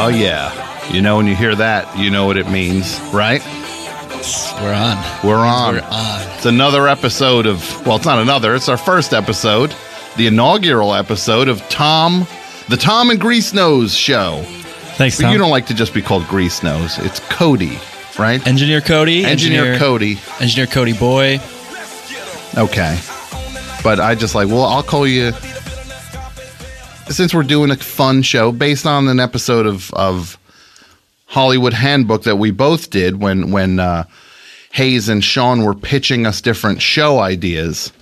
Oh, yeah. You know, when you hear that, you know what it means, right? We're on. We're on. We're on. It's another episode of, well, it's not another, it's our first episode, the inaugural episode of Tom, the Tom and Grease Nose show. Thanks, But Tom. you don't like to just be called Grease Nose, it's Cody, right? Engineer Cody. Engineer, Cody. Engineer Cody Boy. Okay. But I just like, well, I'll call you. Since we're doing a fun show based on an episode of, of Hollywood Handbook that we both did when when uh, Hayes and Sean were pitching us different show ideas,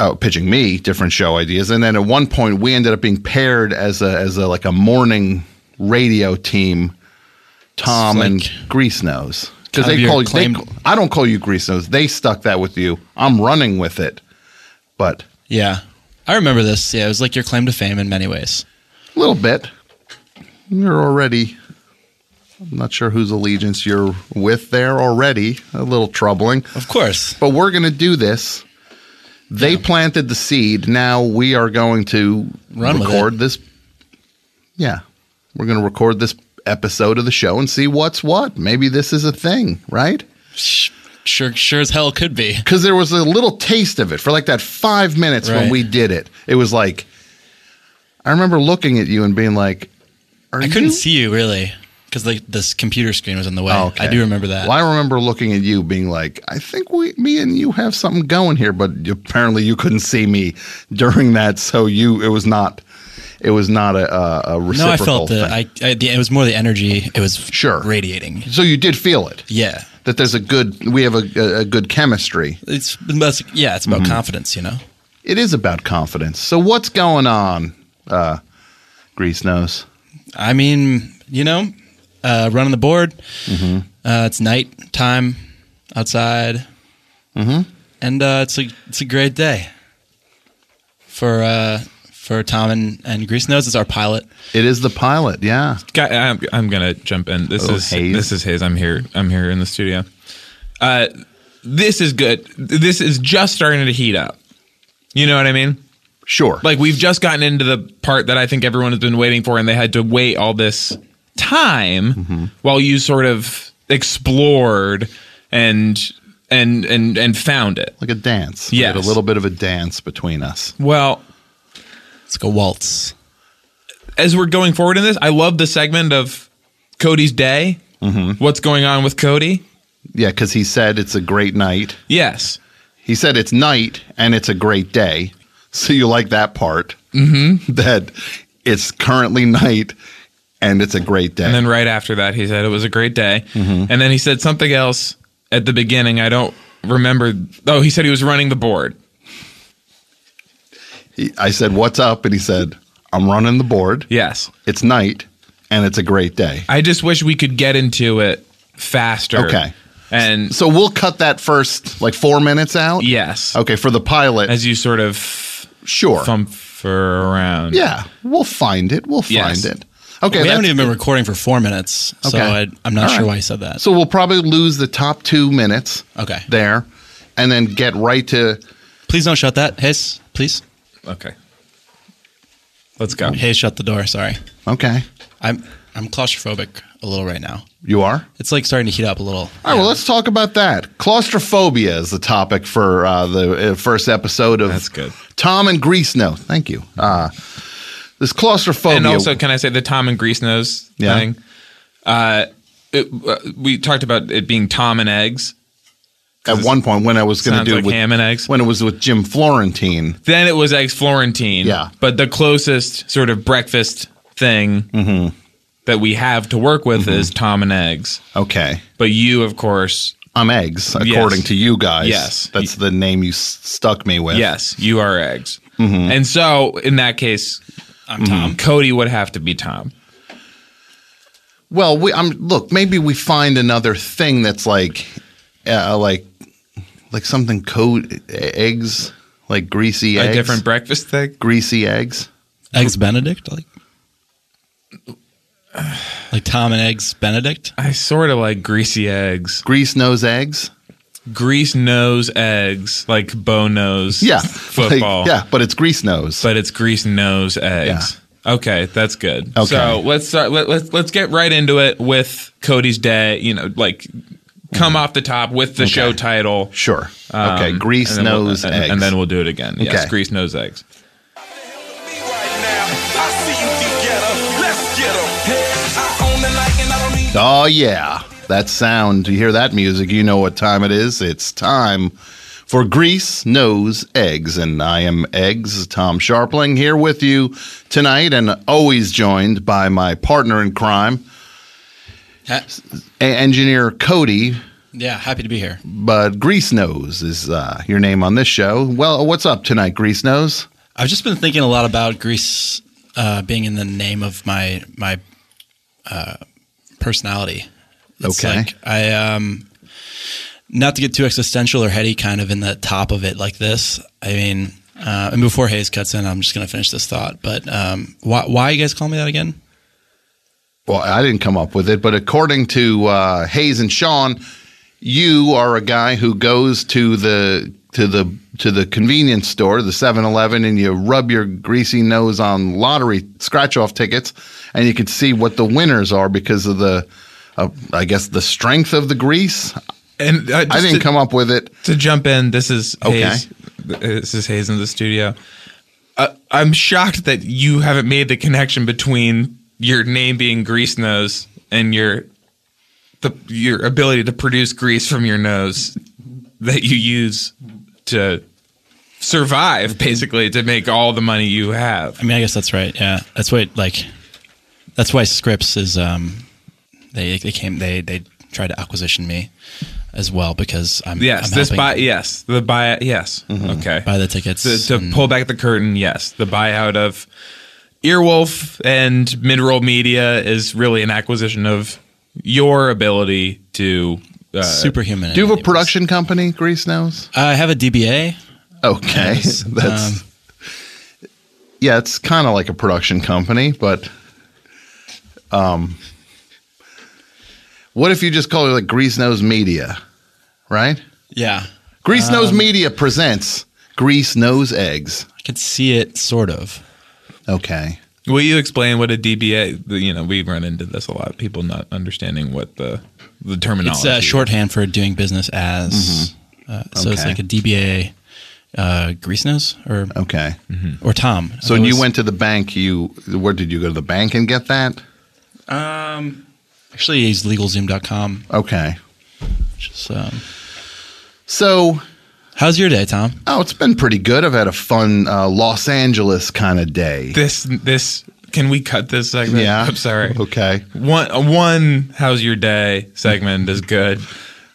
oh, pitching me different show ideas, and then at one point we ended up being paired as a as a like a morning radio team, Tom It's and like- Grease Nose. Because Kind of they your call you, they, claim- ca- I don't call you grease nose. They stuck that with you. I'm running with it. But Yeah. I remember this. Yeah, it was like your claim to fame in many ways. a little bit, you're already, I'm not sure whose allegiance you're with there already. A little troubling. Of course. But we're going to do this. They planted the seed. Now we are going to Run with record this. Yeah. We're going to record this episode of the show and see what's what. Maybe this is a thing, right? Sh- Sure, sure as hell could be. because there was a little taste of it for like that five minutes when Right. we did it. It was like, I remember looking at you and being like, Are I couldn't you? see you really because like this computer screen was in the way. Oh, okay. I do remember that. Well, I remember looking at you being like, I think we, me and you have something going here, but apparently you couldn't see me during that, so you, it was not, it was not a, a, a No, I reciprocal felt the, thing. I, I the, it was more the energy. It was Sure. radiating. so you did feel it Yeah, that there's a good, we have a, a, a good chemistry. it's that's, yeah, it's about Mm-hmm. confidence, you know. It is about confidence. So what's going on, uh, Grease Nose? I mean, you know, uh, running the board. Mm-hmm. Uh, it's night time outside, mm-hmm. and uh, it's a it's a great day for uh, for Tom and and Grease Nose is our pilot. It is the pilot, yeah. Guy, I'm, I'm gonna jump in. This Oh, is Hayes. this is his. I'm here. I'm here in the studio. Uh, this is good. This is just starting to heat up. You know what I mean? Sure. Like we've just gotten into the part that I think everyone has been waiting for, and they had to wait all this time while you sort of explored and and and and found it. like a dance. We had Yes. a little bit of a dance between us. Well, It's like a waltz. as we're going forward in this, I love the segment of Cody's day. What's going on with Cody? Yeah, because he said it's a great night. Yes. He said it's night and it's a great day. So you like that part mm-hmm. that it's currently night and it's a great day. And then right after that, he said it was a great day. Mm-hmm. And then he said something else at the beginning. I don't remember. Oh, he said he was running the board. He- I said, "What's up?" And he said, "I'm running the board. Yes. It's night and it's a great day." I just wish we could get into it faster. Okay. And So we'll cut that first like four minutes out. yes, Okay, for the pilot, as you sort of sure. thump around. Yeah, we'll find it. We'll Yes. find it. Okay, we that's haven't even been recording for four minutes, so Okay. I, I'm not All sure right. why he said that. So we'll probably lose the top two minutes. Okay. There, and then get right to please don't shut that, Hayes. Please, Okay. Let's go. Hayes, shut the door. Sorry, okay. I'm I'm claustrophobic a little right now. You are. It's like starting to heat up a little. All right. Well, let's talk about that. Claustrophobia is the topic for uh, the uh, first episode of That's good. Tom and Grease. No, thank you. Uh, this claustrophobia. and also, can I say the Tom and Grease Nose Yeah. thing? Uh, it, uh, we talked about it being Tom and eggs. at one point when I was going to Sounds do it like with ham and eggs. when it was with Jim Florentine. Then it was eggs Florentine. Yeah. But the closest sort of breakfast thing Mm-hmm. that we have to work with is Tom and eggs. Okay. But you, of course, I'm eggs, Yes. according to you guys. Yes. That's the name you s- stuck me with. yes, you are eggs. Mm-hmm. And so in that case, Mm-hmm. I'm Tom. Cody would have to be Tom. Well, we, I'm look. Maybe we find another thing that's like, uh, like, like something code e-, eggs, like greasy eggs, A different breakfast thing. greasy eggs. Eggs Benedict, like like Tom and Eggs Benedict. I sort of like greasy eggs. Grease nose eggs. grease nose eggs, like bow nose Yeah. football. Like, yeah, but it's grease nose. But it's grease nose eggs. Okay, that's good. Okay. So let's start let, let's let's get right into it with Cody's day, you know, like come off the top with the show title. sure. Mm-hmm. okay, Um, grease and then we'll- nose and, eggs. And then we'll do it again. Yes, Okay. grease nose eggs. me right now. I see you together. Let's get 'em. Hey, I own the night and I don't need Oh, yeah. That sound. You hear that music, you know what time it is. It's time for Grease Nose Eggs. And I am Eggs, Tom Sharpling, here with you tonight and always joined by my partner in crime, Ha- e- engineer Cody. yeah, happy to be here. But Grease Nose is uh, your name on this show. Well, what's up tonight, Grease Nose? I've just been thinking a lot about Greece uh, being in the name of my my uh, personality. Okay. like I um, not to get too existential or heady, kind of in the top of it like this. I mean, uh, and before Hayes cuts in, I'm just gonna finish this thought. But um, why why you guys call me that again? Well, I didn't come up with it, but according to uh, Hayes and Sean, you are a guy who goes to the to the to the convenience store, the 7-Eleven, and you rub your greasy nose on lottery scratch-off tickets, and you can see what the winners are because of the, uh, I guess, the strength of the grease. And uh, I just didn't to- come up with it. to jump in, this is Okay. Hayes. This is Hayes in the studio. Uh, I'm shocked that you haven't made the connection between your name being Grease Nose and your the your ability to produce grease from your nose that you use to survive, basically, to make all the money you have. I mean, I guess that's right. Yeah, that's why. Like, that's why Scripps is. Um, they they came. They they tried to acquisition me as well because I'm. Yes, I'm this helping Mm-hmm. buy. Yes, the buy. Yes, okay. buy the tickets. to, to and- pull back the curtain, yes, the buyout of Earwolf and Midroll Media is really an acquisition of your ability to uh, superhuman. Do you have a enables. production company, Grease Nose? I have a DBA. Okay, Yes, that's um, yeah, it's kind of like a production company, but um, what if you just call it like Grease Nose Media, right? yeah, Grease Nose Um, Media presents Grease Nose Eggs. I could see it sort of. Okay, Will you explain what a DBA? the- You know, we run into this a lot. People not understanding what the the terminology. It's uh, shorthand for doing business as. Uh, so it's Mm-hmm. Okay. like a DBA, uh, Grease Nose or okay. Mm-hmm. or Tom. So That when was- you went to the bank, you where did you go to the bank and get that? actually I used LegalZoom.com. Okay, Which is, um, so how's your day, Tom? oh, it's been pretty good. I've had a fun uh, Los Angeles kind of day. This this can we cut this segment? yeah, I'm sorry. Okay, One uh, one how's your day segment is good.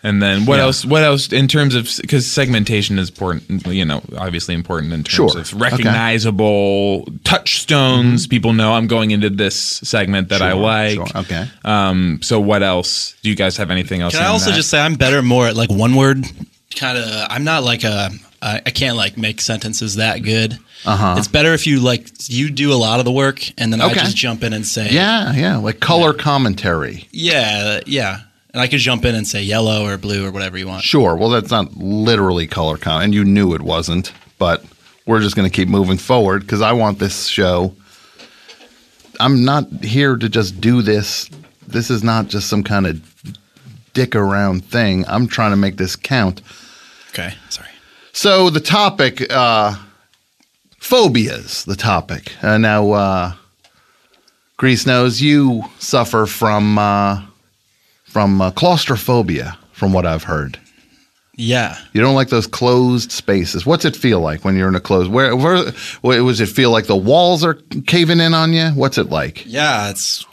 And then what Yeah. else? What else in terms of because segmentation is important, you know, obviously important in terms Sure. of Okay. recognizable touchstones. People know I'm going into this segment that I Sure, like. sure, okay. Um. So what else? Do you guys have anything else? Can I on also that? just say I'm better more at like one word kind of. I'm not like a. I, I can't like make sentences that good. Uh-huh. It's better if you like you do a lot of the work and then I Okay. just jump in and say yeah, yeah, like color commentary. yeah yeah and I could jump in and say yellow or blue or whatever you want. Sure. Well, that's not literally color con, and you knew it wasn't. But we're just going to keep moving forward because I want this show. I'm not here to just do this. This is not just some kind of dick around thing. I'm trying to make this count. Okay, sorry. So the topic, uh, phobias. The topic. Uh, now, uh, Grease knows you suffer from uh, from uh, claustrophobia, from what I've heard. Yeah, You don't like those closed spaces. What's it feel like when you're in a closed? Where, where, where does it feel like the walls are caving in on you? What's it like? yeah, it's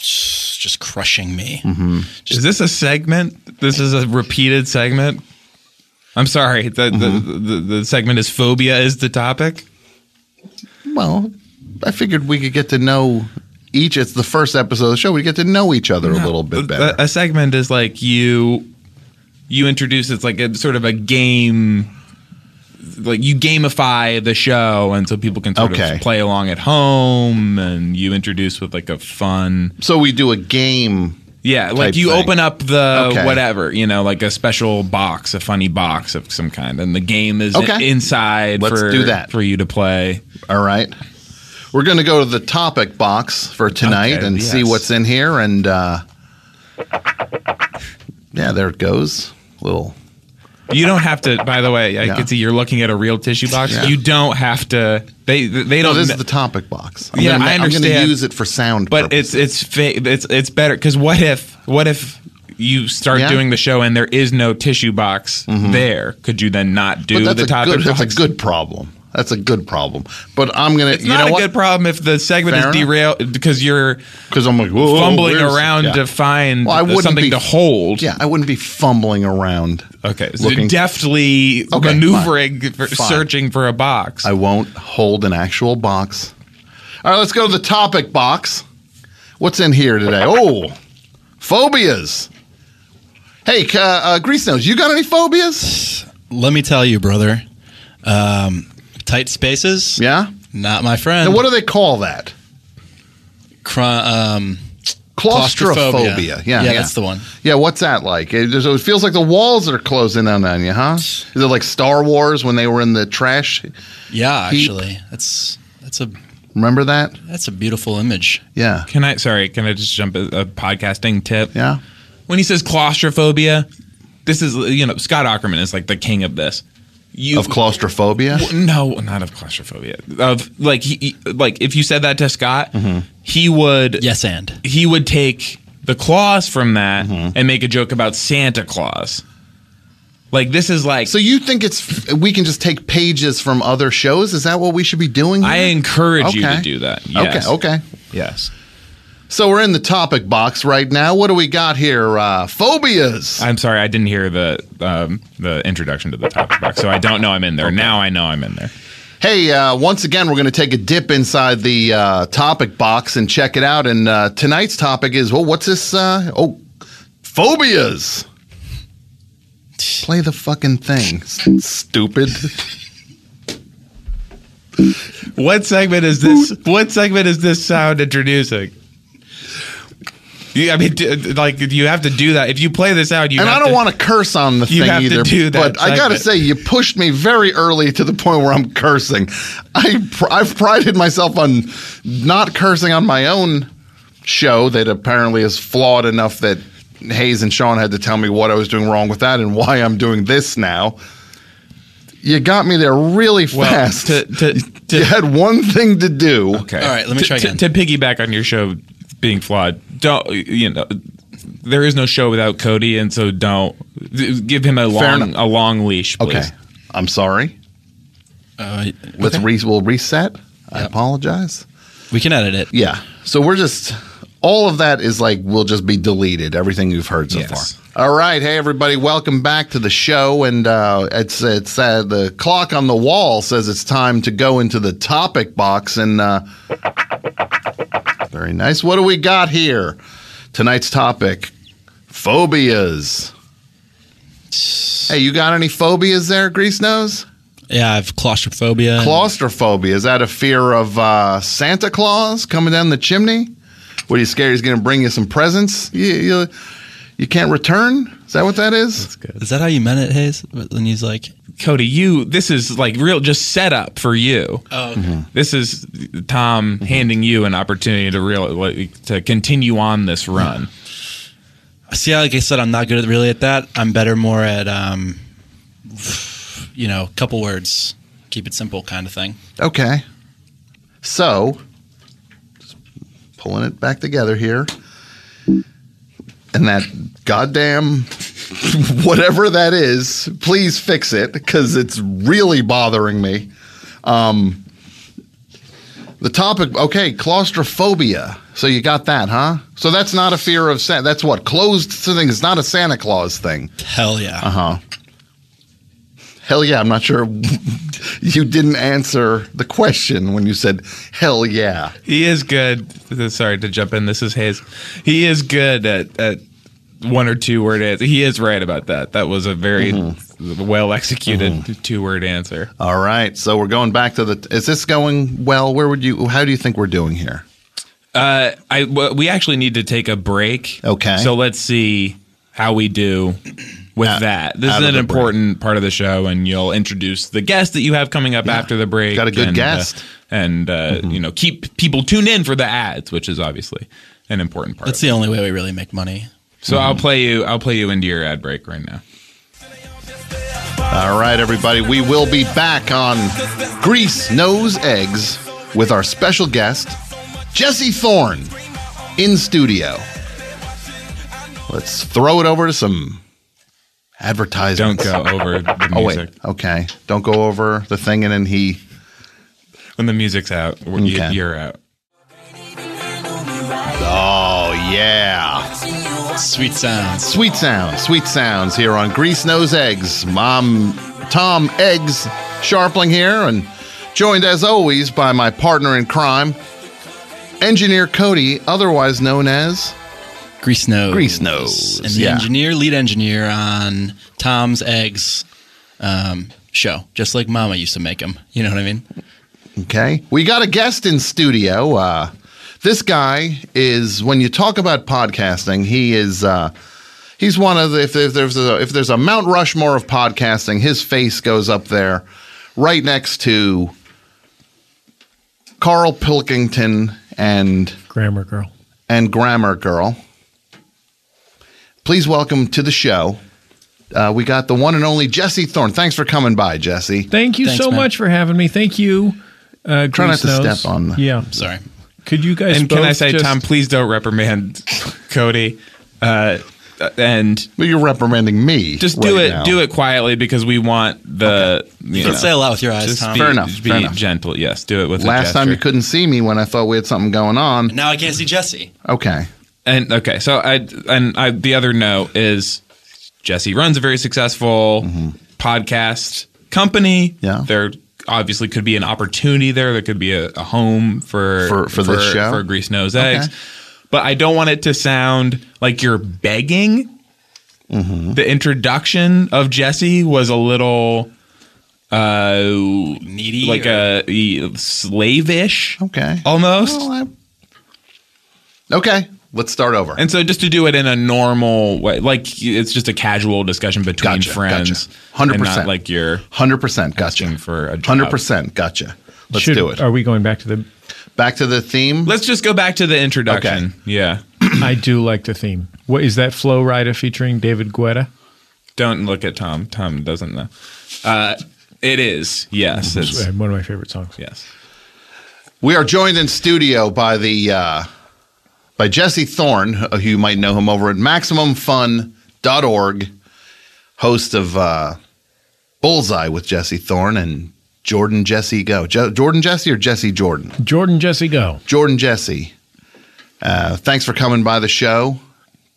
just crushing me. Mm-hmm. is this a segment? This is a repeated segment. I'm sorry. The the, the the segment is phobia is the topic. Well, I figured we could get to know each. It's the first episode of the show. We get to know each other a little bit better. A, a segment is like you you introduce it's like a sort of a game like you gamify the show and so people can sort Okay. of play along at home and you introduce with like a fun so we do a game Yeah, type like you thing. open up the Okay. whatever, you know, like a special box, a funny box of some kind, and the game is Okay. inside Let's for do that. for you to play. All right. We're going to go to the topic box for tonight Okay, and see yes. what's in here. And uh, yeah, there it goes. Little. You don't have to. By the way, I Yeah. can see you're looking at a real tissue box. Yeah. You don't have to. They No, they don't. oh, this kn- is the topic box. Yeah, gonna, ma- I I'm going understand. to use it for sound. but purposes. it's it's fa- it's it's better because what if what if you start Yeah. Mm-hmm. doing the show and there is no tissue box there? Could you then not do but that's the a topic good. box? That's a good problem. That's a good problem. But I'm going to. It's You not know a what? good problem if the segment Fair is enough. derailed because you're Because I'm like Whoa, fumbling where's- around yeah. to find Well, I wouldn't something be- to hold. Yeah, I wouldn't be fumbling around. Okay. So Looking- deftly Okay, maneuvering, for Fine. searching for a box. I won't hold an actual box. All right, let's go to the topic box. What's in here today? Oh, phobias. Hey, c- uh, uh, Grease Nose, you got any phobias? Let me tell you, brother. Um, tight spaces, Yeah. not my friend. And what do they call that? Cro- um, Claustrophobia. Yeah, yeah, that's the one. Yeah, what's that like? It, there's- it feels like the walls are closing in on you, huh? Is it like Star Wars when they were in the trash? Yeah, Heat. actually, that's that's a Remember that? that's a beautiful image. Yeah. can I? Sorry, can I just jump a, a podcasting tip? Yeah. When he says claustrophobia, this is you know Scott Ackerman is like the king of this. You Of claustrophobia? no, not of claustrophobia. Of like he, he- like if you said that to Scott, he would Yes, and he would take the claws from that and make a joke about Santa Claus. Like this is like So you think it's we can just take pages from other shows? Is that what we should be doing? I here? encourage you Okay. to do that. Yes. Okay, okay. Yes. So we're in the topic box right now. What do we got here? Uh, phobias. I'm sorry, I didn't hear the um, the introduction to the topic box, so I don't know I'm in there. Now I know I'm in there. Hey, uh, once again, we're going to take a dip inside the uh, topic box and check it out. And uh, tonight's topic is well, what's this? Uh, oh, phobias. Play the fucking thing, S- stupid. What segment is this? What segment is this sound introducing? You, I mean, d- d- like you have to do that. If you play this out, you And I have don't to- want to curse on the You thing have to either. do that but I got to segment. say, you pushed me very early to the point where I'm cursing. I pr- I've prided myself on not cursing on my own show that apparently is flawed enough that Hayes and Sean had to tell me what I was doing wrong with that and why I'm doing this now. You got me there really well, fast. to to, to you had one thing to do. okay. All right, let me To- try to- again. To, piggyback on your show being flawed, don't you know? There is no show without Cody, and so don't give him a long enough. a long leash. Please. Okay. I'm sorry. uh, Let's re- we'll reset. I apologize. we can edit it. Yeah. So we're just all of that is like will just be deleted. Everything you've heard so Yes. far. All right, hey everybody, welcome back to the show, and uh, it's it's uh, the clock on the wall says it's time to go into the topic box, and uh, very nice. What do we got here? Tonight's topic: phobias. Hey, you got any phobias there, Grease Nose? Yeah, I have claustrophobia. and- claustrophobia is that a fear of uh, santa claus coming down the chimney what are you scared he's going to bring you some presents you, you, you can't return is that what that is Is that how you meant it, Hayes? When he's like, Cody, you this is like real just set up for you. "Oh, okay. Mm-hmm. This is Tom handing you an opportunity to real like, to continue on this run. see, like I said, I'm not good at really at that. I'm better more at, um, you know, couple words, keep it simple, kind of thing." okay so just pulling it back together here and that goddamn whatever that is please fix it because it's really bothering me Um, The topic, okay, claustrophobia. So you got that, huh? So that's not a fear of Santa. That's what closed thing. It's not a Santa Claus thing. Hell yeah. Huh? Hell yeah! I'm not sure you didn't answer the question when you said hell yeah. He is good. Sorry to jump in. This is Hayes. He is good at, at one or two word answer. He is right about that. That was a very Mm-hmm. well executed two word answer. All right, so we're going back to the. Is this going well? Where would you? How do you think we're doing here? Uh, I w- we actually need to take a break. Okay. So let's see how we do with that. This out is of an the important part of the show, and you'll introduce the guest that you have coming up after the break. Got a good and, uh, guest. Mm-hmm. and uh, you know, keep people tuned in for the ads, which is obviously an important part. That's the only way we really make money. so I'll play you. I'll play you into your ad break right now. All right, everybody, we will be back on Grease Knows Eggs with our special guest, Jesse Thorne, in studio. Let's throw it over to some Don't advertisement. go over the Oh, music wait. Okay. Don't go over the thing and then he. when the music's out. When you, Okay. you're out. Oh, yeah. Sweet sounds. Sweet sounds, sweet sounds here on Grease Nose Eggs. Mom, Tom Eggs Sharpling here, and joined as always by my partner in crime, Engineer Cody, otherwise known as. Grease Nose. Grease Nose, And the yeah. engineer, lead engineer on Tom's Eggs um, show, just like Mama used to make them. You know what I mean? Okay, we got a guest in studio. Uh, this guy is when you talk about podcasting, he is. Uh, He's one of the if, if there's a if there's a Mount Rushmore of podcasting, his face goes up there, right next to Carl Pilkington and Grammar Girl. and Grammar Girl. Please welcome to the show. Uh, we got the one and only Jesse Thorne. Thanks for coming by, Jesse. Thank you Thanks, so man. much for having me. Thank you. Uh, Try not Grease to Nose. step on the- Yeah. Sorry. Could you guys? And can I both say, just- Tom, please don't reprimand Cody. Uh, and But you're reprimanding me. just do right it, now. do it quietly because we want the. You Don't know, say a lot with your eyes, just Tom. be, Fair enough, just Be fair enough. gentle. Yes, do it with a Last time you gesture. couldn't see me when I thought we had something going on. Now I can't see Jesse. Okay. And okay, so I and I the other note is Jesse runs a very successful podcast company. Mm-hmm. Yeah. there obviously could be an opportunity there. There could be a, a home for For- for this show? for Grease Nose Eggs. Okay. But I don't want it to sound like you're begging. Mm-hmm. The introduction of Jesse was a little uh Needy. like or- a e- slavish Okay. Oh, almost. Well, I- okay. Let's start over. And so just to do it in a normal way, like it's just a casual discussion between Gotcha, friends. gotcha. 100%. and not like you're Hundred percent. Gotcha. asking for a job. Hundred percent. Gotcha. Let's should- do it. Are we going back to the? Back to the theme. Let's just go back to the introduction. Yeah. I do like the theme. What is that? Flow Rider featuring David Guetta. Don't look at Tom. Tom doesn't know. Uh, it is. Yes. It's, Uh, One of my favorite songs. yes. We are joined in studio by the uh, by Jesse Thorne, uh, who you might know him over at MaximumFun.org, host of uh, Bullseye with Jesse Thorne and Jordan Jesse Go. Jo- Jordan Jesse or Jesse Jordan? Jordan Jesse Go. Jordan Jesse. Uh, thanks for coming by the show,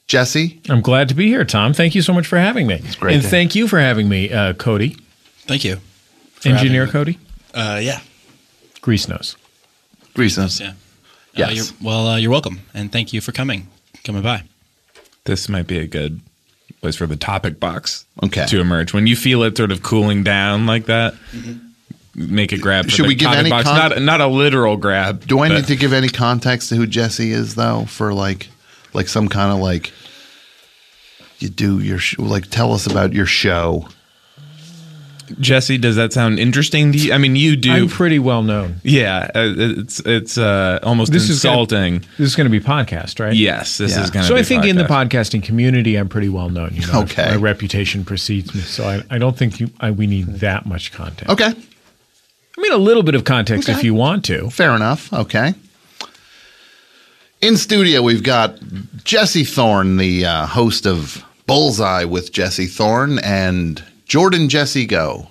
Jesse. I'm glad to be here, Tom. Thank you so much for having me. It's great And to- thank you for having me, uh, Cody, Thank you. engineer having Cody, Uh, yeah. Grease Nose. Greaseness. Yeah. Yes. Uh, you're, well, uh, you're welcome, and thank you for coming, coming by. This might be a good place for the topic box Okay. to emerge. When you feel it sort of cooling down like that, make a grab. For Mm-hmm. Should the we give topic any box. con- not, not a literal grab. Do I but- need to give any context to who Jesse is, though, for like, like some kind of like, you do your sh- like, tell us about your show. Jesse, does that sound interesting to you? I mean, you do. I'm pretty well known. Yeah, uh, it's it's uh, almost This is gonna- insulting. This is going to be podcast, right? yes, this Yeah. is going to. So I think in the podcasting community, I'm pretty well known. You know, Okay. my reputation precedes me, so I, I don't think you I, we need that much context. Okay. I mean, a little bit of context Okay. if you want to. Fair enough. Okay. In studio, we've got Jesse Thorne, the uh, host of Bullseye with Jesse Thorne, and Jordan Jesse Go.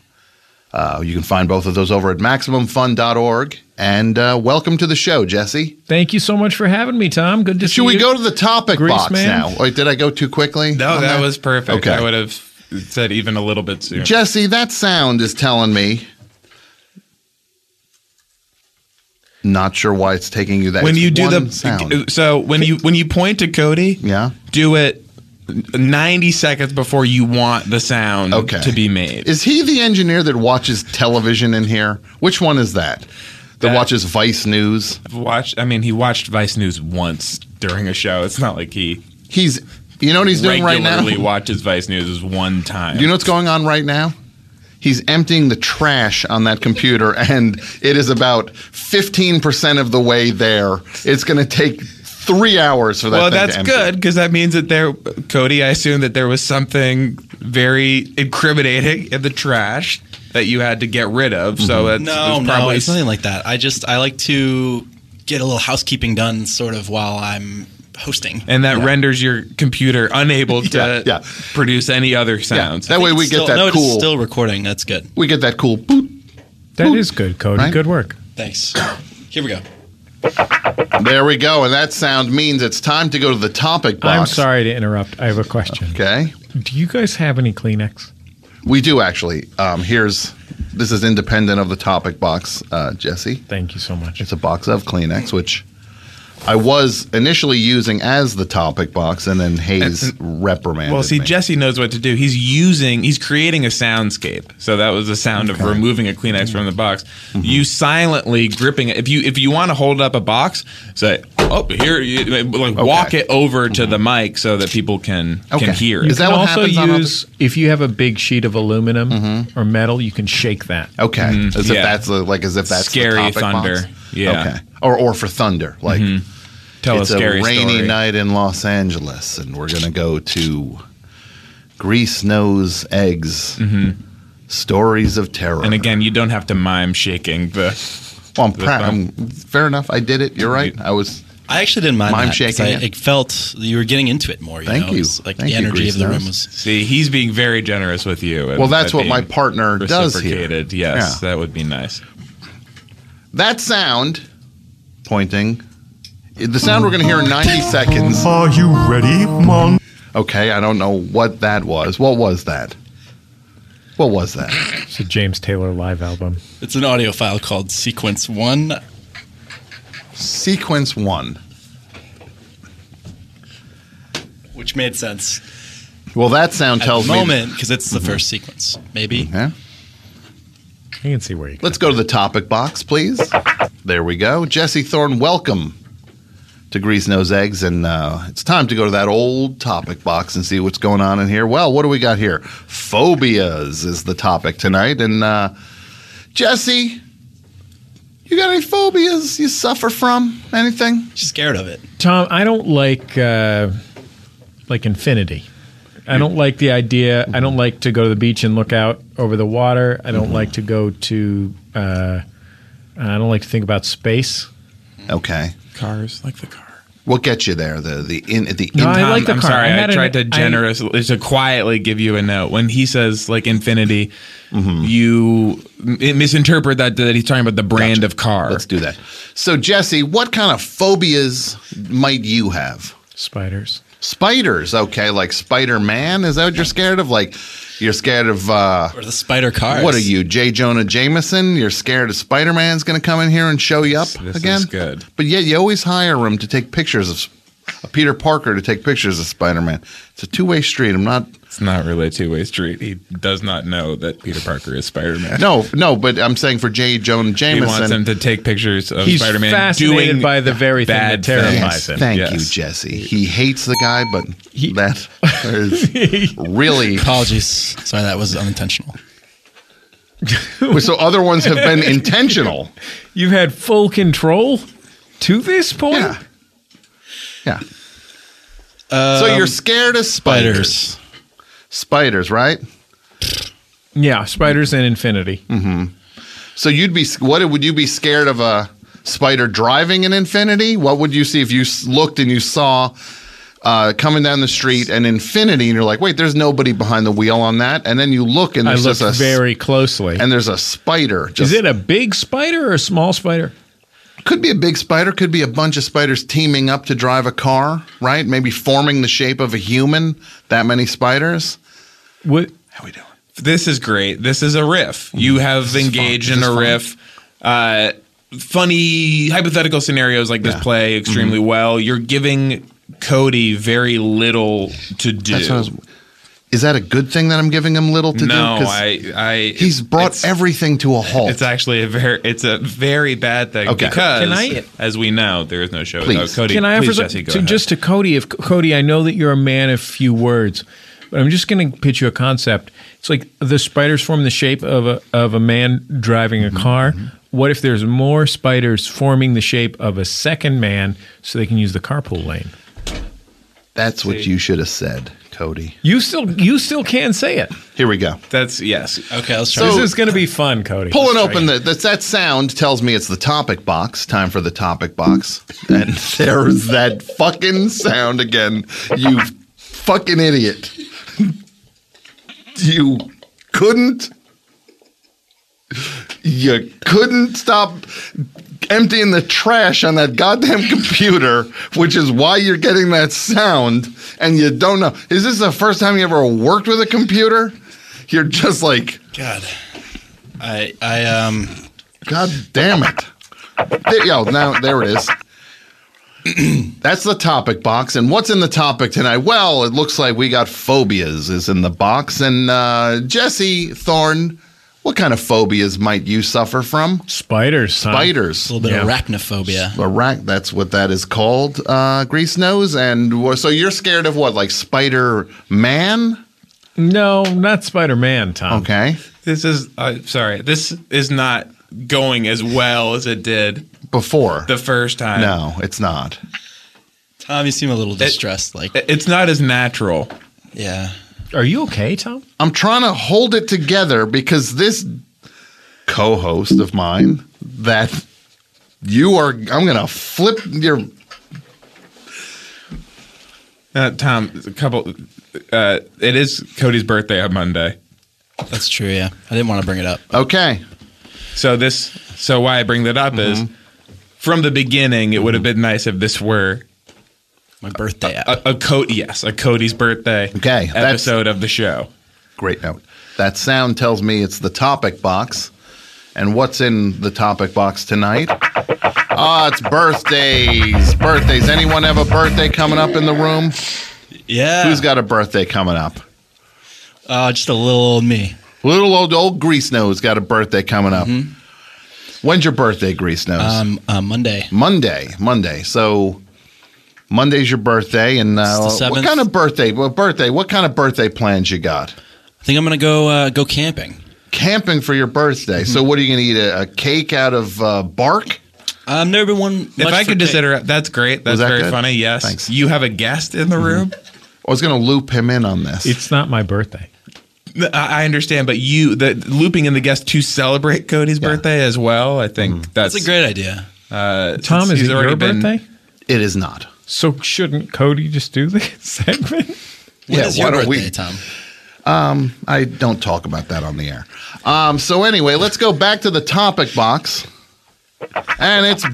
Uh, you can find both of those over at MaximumFun.org. And uh, welcome to the show, Jesse. Thank you so much for having me, Tom. Good to see Should we you. go to the topic Grease box man? now? Wait, did I go too quickly? No, on that was perfect. Okay. I would have said even a little bit sooner. Jesse, that sound is telling me. Not sure why it's taking you that. when it's you do one the sound. so when you when you point to Cody, Yeah. do it ninety seconds before you want the sound Okay. to be made. Is he the engineer that watches television in here? Which one is that? that That- watches Vice News. I've watched. I mean, he watched Vice News once during a show. It's not like he He's, you know what he's doing right now? regularly watches Vice News is one time. Do you know what's going on right now? He's emptying the trash on that computer, and it is about 15% of the way there. It's going to take three hours for that well, thing to that's empty. good because that means that there, Cody. I assume that there was something very incriminating in the trash that you had to get rid of. Mm-hmm. So that's, No, that's no, probably it's nothing like that. I just I like to get a little housekeeping done, sort of while I'm hosting. and that renders your computer unable to Yeah, yeah. produce any other Yeah, sounds. that way we It's get still, that no, cool. It's still recording. That's good. we get that cool boop. That is good, Cody. Right? Good work. Thanks. Here we go. There we go. And that sound means it's time to go to the topic box. I'm sorry to interrupt. I have a question. Okay. Do you guys have any Kleenex? We do actually. Um, here's this is independent of the topic box, uh, Jesse. Thank you so much. It's a box of Kleenex, which I was initially using as the topic box, and then Hayes reprimanded. Well, see, me. Jesse knows what to do. He's using, he's creating a soundscape. So that was the sound of removing a Mm-hmm. Kleenex from the box. You silently gripping it. If you if you want to hold up a box, say, "Oh, here," you, like walk Okay. Mm-hmm. it over to the mic so that people can Okay. can hear Is it. that- you can what also happens on Mm-hmm. use if you have a big sheet of aluminum or metal, you can shake that. Okay, as Mm-hmm. yeah. if that's the like as if that's the Scary topic thunder. box. Yeah. Okay, or or for thunder, like Tell it's a a, scary rainy story. night in Los Angeles, and we're gonna go to Grease Nose Eggs. Stories of terror. Mm-hmm. And again, you don't have to mime shaking the. well, I'm the proud. thumb. I'm- fair enough. I did it. You're right. I was I actually didn't mind. Mime that 'cause shaking I, it. it felt you were getting into it more. You Thank know? you. It was like Thank the you, energy Grease of the room Nose. was. See, he's being very generous with you. and Well, that's what being my partner does here. reciprocated. Yes, Yeah. that would be nice. That sound pointing. The sound we're going to hear in 90 seconds. Are you ready, Mon? Okay, I don't know what that was. What was that? What was that? It's a James Taylor live album. It's an audio file called Sequence One. Sequence one. Which made sense Well, that sound at tells the me. moment because it's the first sequence. Maybe Yeah. I can see where you. Let's go to the topic box, please. There we go. Jesse Thorne, welcome to Grease Nose Eggs. And uh, it's time to go to that old topic box and see what's going on in here. Well, what do we got here? Phobias is the topic tonight. And uh, Jesse, you got any phobias you suffer from? Anything? she's scared of it. Tom, I don't like uh, like infinity. I don't like the idea. I don't like to go to the beach and look out over the water. I don't like to go to. Uh, I don't like to think about space. Okay. Cars like the car. What gets you there? The the in the No, Oh, I in- Tom, like the I'm car. sorry. I I, had an- tried to I- generously to quietly give you a note when he says like infinity. Mm-hmm. You m- misinterpret that that he's talking about the brand of car. Let's do that. So Jesse, what kind of phobias might you have? Spiders. Spiders, okay, like Spider Man. Is that what you're scared of? Like, you're scared of uh, Or the spider cars. what are you, J. Jonah Jameson? You're scared of Spider Man's going to come in here and show you up This is again? good. But yet, you always hire him to take pictures of, of Peter Parker to take pictures of Spider Man. It's a two way street. I'm not. It's not really a two way street. He does not know that Peter Parker is Spider Man. No, no, but I'm saying for J. Jonah He Jameson. wants him to take pictures of He's Spider Man fascinated doing by the very thing bad that Yes, terrifies him. thank Yes. you, Jesse. He hates the guy, but that is really Apologies. Sorry, that was unintentional. so. Other ones have been intentional. You've had full control to this point. Yeah. Yeah. so you're scared of spiders. Spiders. Spiders, right? Yeah, spiders and infinity. Mm-hmm. So you'd be what would you be scared of a spider driving an infinity? What would you see if you s- looked and you saw uh, coming down the street an infinity and you're like, "Wait, there's nobody behind the wheel on that." And then you look and I there's looked just a s- very closely. and there's a spider. Just, Is it a big spider or a small spider? could be a big spider, could be a bunch of spiders teaming up to drive a car, right? Maybe forming the shape of a human, that many spiders. What? How we doing? this is great. This is a riff. Mm-hmm. You have engaged in a riff. Uh, funny hypothetical scenarios like this Yeah. Mm-hmm. play extremely well. You're giving Cody very little to do. That's what I was- Is that a good thing that I'm giving him little to do? no, 'Cause I, I. he's brought it's- everything to a halt. It's actually a very, it's a very bad thing Okay. because, Can I- as we know, there is no show without Please. Cody. Can I please, offer some- Jesse, go to, ahead. just to Cody? If Cody, I know that you're a man of few words, but I'm just going to pitch you a concept. It's like the spiders form the shape of a of a man driving a car. What if there's more spiders forming the shape of a second man, so they can use the carpool lane? That's what you should have said, Cody. You still you still can say it. Here we go. That's yes. Okay, let's try. So- this is going to be fun, Cody. Pulling open the, that that sound tells me it's the topic box. Time for the topic box, and there's that fucking sound again. You fucking idiot! You couldn't. You couldn't stop emptying the trash on that goddamn computer, which is why you're getting that sound, and you don't know. Is this the first time you ever worked with a computer? You're just like. God, I I um God damn it. There, yo, now there it is. That's the topic box. And what's in the topic tonight? Well, it looks like we got phobias is in the box. And uh, Jesse Thorne, what kind of phobias might you suffer from? spiders. huh? a Spiders. little bit of Yeah. arachnophobia. Iraq, that's what that is called. Uh, grease nose. And wha- so you're scared of what? Like Spider Man? No, not Spider Man, Tom. Okay. This is uh, sorry. This is not going as well as it did Before. the first time. no, it's not. Tom, you seem a little distressed. Like, It- It's not as natural. yeah, Are you okay, Tom? I'm trying to hold it together because this co-host of mine that you are I'm going to flip your Uh, Tom, a couple. Uh, it is Cody's birthday on Monday, that's true. Yeah, I didn't want to bring it up. Okay. so this. So why I bring that up is Mm-hmm. from the beginning, it would have been nice if this were My birthday Uh, app. a, a Cody. Yes, a Cody's birthday. Okay, that's- episode of the show. Great note. That sound tells me it's the topic box. And what's in the topic box tonight? Ah, it's birthdays. Birthdays. Anyone have a birthday coming up in the room? yeah, uh, Who's got a birthday coming up? Uh, just a little old me. Little old old Grease Nose got a birthday coming up. When's your birthday, Grease Nose? Um, uh, Monday. Monday, Monday. So Monday's your birthday, and uh, It's the what 7th. kind of birthday? Well, birthday. What kind of birthday plans you got? I think I'm gonna go uh, go camping. Camping for your birthday. Mm-hmm. So what are you going to eat? A, a cake out of uh, bark? I've never been one. if much I for could just cake. interrupt, that's great. That's that very good? funny. Yes, Thanks. Mm-hmm. you have a guest in the room. I was going to loop him in on this. It's not my birthday. No, I I understand, but you the looping in the guest to celebrate Cody's birthday as well. I think Mm-hmm. that's, That's a great idea. Uh, Tom, since is he's it your been- birthday? it is not. So shouldn't Cody just do the segment? When Yeah, is why your don't birthday, we- Tom? I don't talk about that on the air. Um, so anyway, let's go back to the topic box, and it's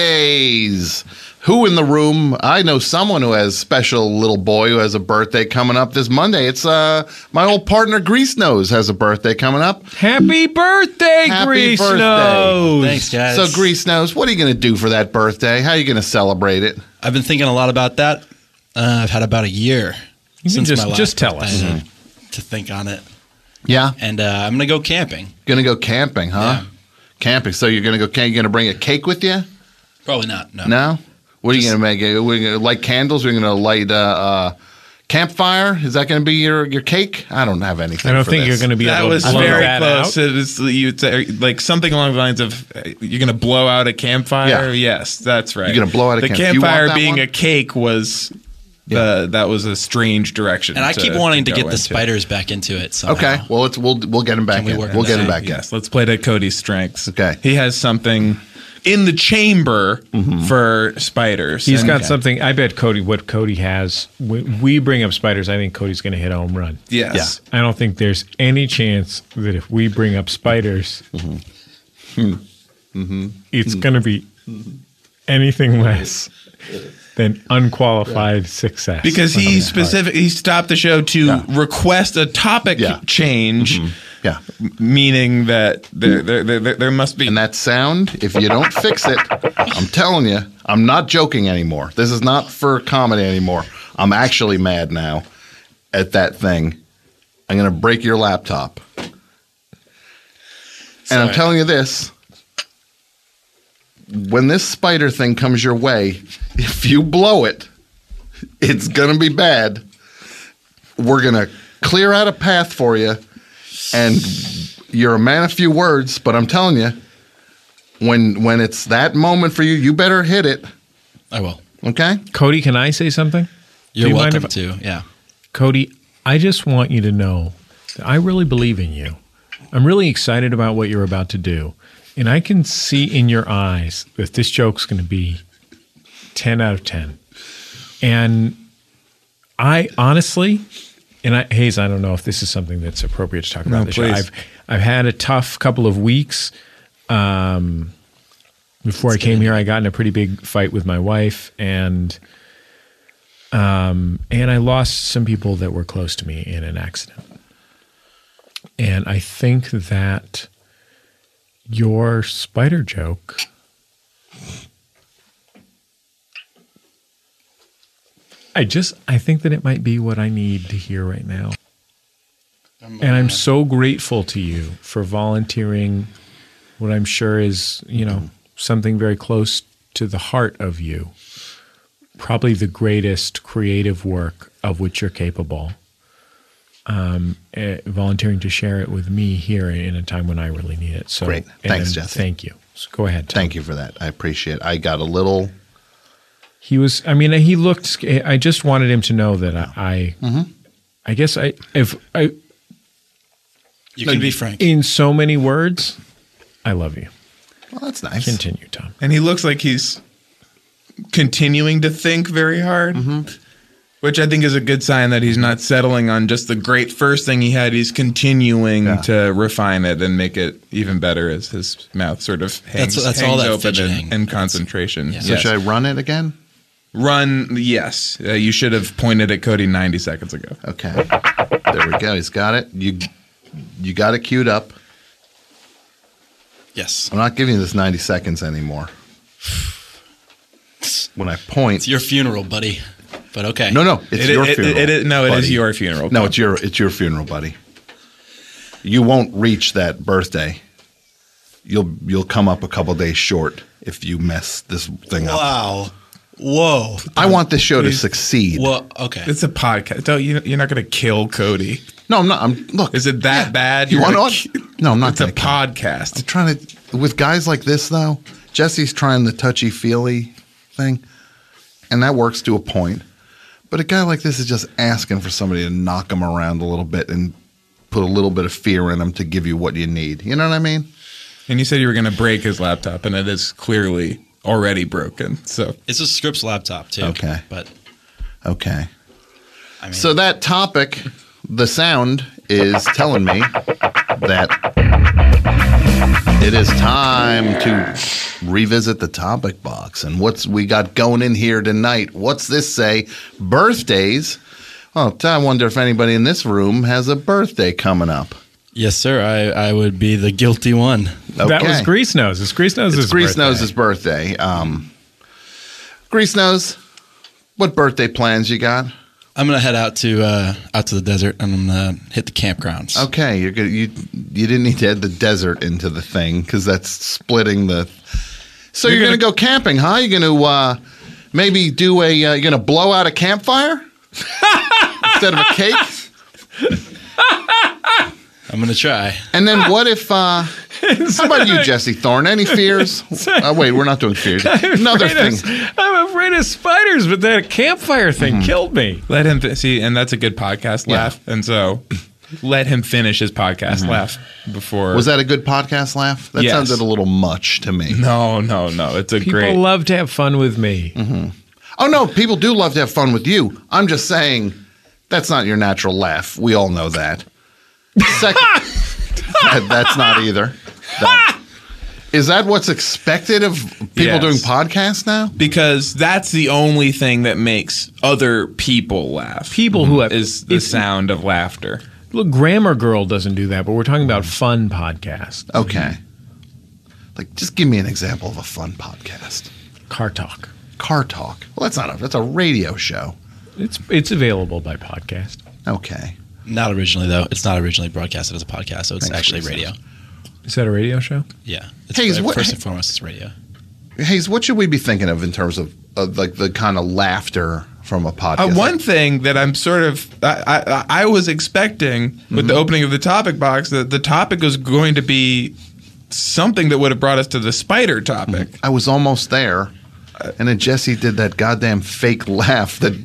birthdays. Who in the room? I know someone who has special little boy who has a birthday coming up this Monday. It's uh my old partner Grease Nose has a birthday coming up. Happy birthday, Happy Grease birthday. Nose. Thanks, guys. so Grease Nose, what are you going to do for that birthday? How are you going to celebrate it? I've been thinking a lot about that. Uh, I've had about a year You can since just- my last just tell us. birthday Mm-hmm. to think on it, Yeah, and uh, I'm gonna go camping. going to go camping, huh? Yeah. Camping. So you're going to go? Can you going to bring a cake with you? Probably not. No. No. What are you going to make? We're going to light candles. We're going to light uh, uh, campfire. Is that going to be your, your cake? I don't have anything. I don't for think you're this. going to be That able was to blow very that close. out. It was, you say, like something along the lines of uh, you're going to blow out a campfire. Yes, that's right. You're gonna blow out a the camp- you want campfire that being one? a cake was the that was a strange direction. And I keep wanting to go get the into. spiders back into it. Somehow. Okay. Well, it's, we'll we'll get him back Can we in. work We'll on get that? him back in. Yes, let's play to Cody's strengths. Okay. he has something in the chamber Mm-hmm. for spiders. He's And- got something. I bet Cody, what Cody has, when we bring up spiders, I think Cody's going to hit a home run. Yes. I don't think there's any chance that if we bring up spiders, Mm-hmm. it's going to be anything less than unqualified success. because on he his part. specific he stopped the show to Yeah. request a topic Yeah. Mm-hmm. change, Yeah. meaning that there, there, there, there- there must be. And that sound, if you don't fix it, I'm telling you, I'm not joking anymore. This is not for comedy anymore. I'm actually mad now. at that thing, I'm going to break your laptop. And I'm telling you this when this spider thing comes your way, if you blow it, it's going to be bad. We're going to clear out a path for you. And you're a man of few words, but I'm telling you, when when it's that moment for you, you better hit it. I will. Okay? Cody, can I say something? You're you mind welcome if- to. Yeah. Cody, I just want you to know that I really believe in you. I'm really excited about what you're about to do. And I can see in your eyes that this joke's going to be 10 out of 10. And I honestly, and I, Hayes, I don't know if this is something that's appropriate to talk about. on the show. please. I've, I've had a tough couple of weeks. Um, before I came here, I got in a pretty big fight with my wife, and um, and I lost some people that were close to me in an accident. And I think that your spider joke I just I think that it might be what I need to hear right now. And I'm so grateful to you for volunteering what I'm sure is, you know, something very close to the heart of you. Probably the greatest creative work of which you're capable. Um, eh, volunteering to share it with me here in a time when I really need it. So Great. and Thanks, I'm- Jesse. Thank you. So go ahead. Tom. Thank you for that. I appreciate it. I got a little He was. I mean, he looked. sca- I just wanted him to know that I. I, Mm-hmm. I guess I. If I, You can be frank. in so many words, I love you. Well, that's nice. Continue, Tom. and he looks like he's continuing to think very hard Mm-hmm. which i think is a good sign that he's not settling on just the great first thing he had he's continuing to refine it and make it even better as his mouth sort of hangs, That's- that's all hangs that open fidgeting. and, and concentration Yeah. So Yes. should I run it again? run yes Uh, you should have pointed at cody 90 seconds ago Okay. There we go. He's got it. You you got it queued up. Yes. I'm not giving you this 90 seconds anymore. When I point, It's your funeral, buddy. But okay. no, no, it's It- your it- it- funeral. it is- no it is buddy. your funeral No, it's your it's your funeral, buddy. You won't reach that birthday. You'll you'll come up a couple days short if you mess this thing up. Wow. Whoa. I want this show to succeed. Well, okay. it's a podcast Don't- you- you're not going to kill cody No, I'm not. I'm look. is it that bad you You're want gonna on? ki- No, I'm not. it's a gonna kill you. podcast I'm trying to with guys like this though. Jesse's trying the touchy feely thing, and that works to a point. But a guy like this is just asking for somebody to knock him around a little bit and put a little bit of fear in him to give you what you need. You know what I mean? And you said you were going to break his laptop, and it is clearly already broken. So It's a Scripps laptop too. Okay. But Okay. I mean, So that topic, the sound is telling me that it is time to revisit the topic box and what's we got going in here tonight. What's this say? Birthdays. Well, I wonder if anybody in this room has a birthday coming up. yes, sir. I, I would be the guilty one. That was Okay. Grease Noses. Grease Noses. It's Grease Nose's birthday. Um, Grease Nose, what birthday plans you got? I'm gonna head out to uh, out to the desert and I'm gonna hit the campgrounds. Okay, you're good. You you didn't need to add the desert into the thing because that's splitting the. So you're, gonna, go camping, huh? You're gonna uh, maybe do a. Uh, you're gonna blow out a campfire instead of a cake. I'm gonna try. And then what if? Uh, how about you, Jesse Thorne? Any fears? Oh wait, we're not doing fears. Another thing. Mm-hmm. I'm afraid of spiders, but that campfire thing killed me. let him fi- see, and that's a good podcast laugh. And so let him finish his podcast Mm-hmm. laugh before. Was that a good podcast laugh? That Yes. sounded a little much to me. No, no, no. It's a People great. love to have fun with me. Oh no, people do love to have fun with you. I'm just saying that's not your natural laugh. We all know that. Second, That- that's not either. That- Is that what's expected of people Yes. doing podcasts now? because that's the only thing that makes other people laugh. Mm-hmm. People who have is the sound of laughter. Look, Grammar Girl doesn't do that, but we're talking about fun podcast, Mm-hmm. Okay. Like, just give me an example of a fun podcast. car talk. Car talk. Well, that's not a. That's a radio show. It's it's available by podcast. Okay. Not originally though. It's not originally broadcasted as a podcast, so it's Thanks, actually Chris. radio. Is that a radio show? Yeah. It's Hey, is fir- what- first and foremost, it's radio. Hayes, what should we be thinking of in terms of, of like the kind of laughter from a podcast? Uh, one thing that I'm sort of I, I, I was expecting with Mm-hmm. the opening of the topic box that the topic was going to be something that would have brought us to the spider topic. I was almost there, and then Jesse did that goddamn fake laugh that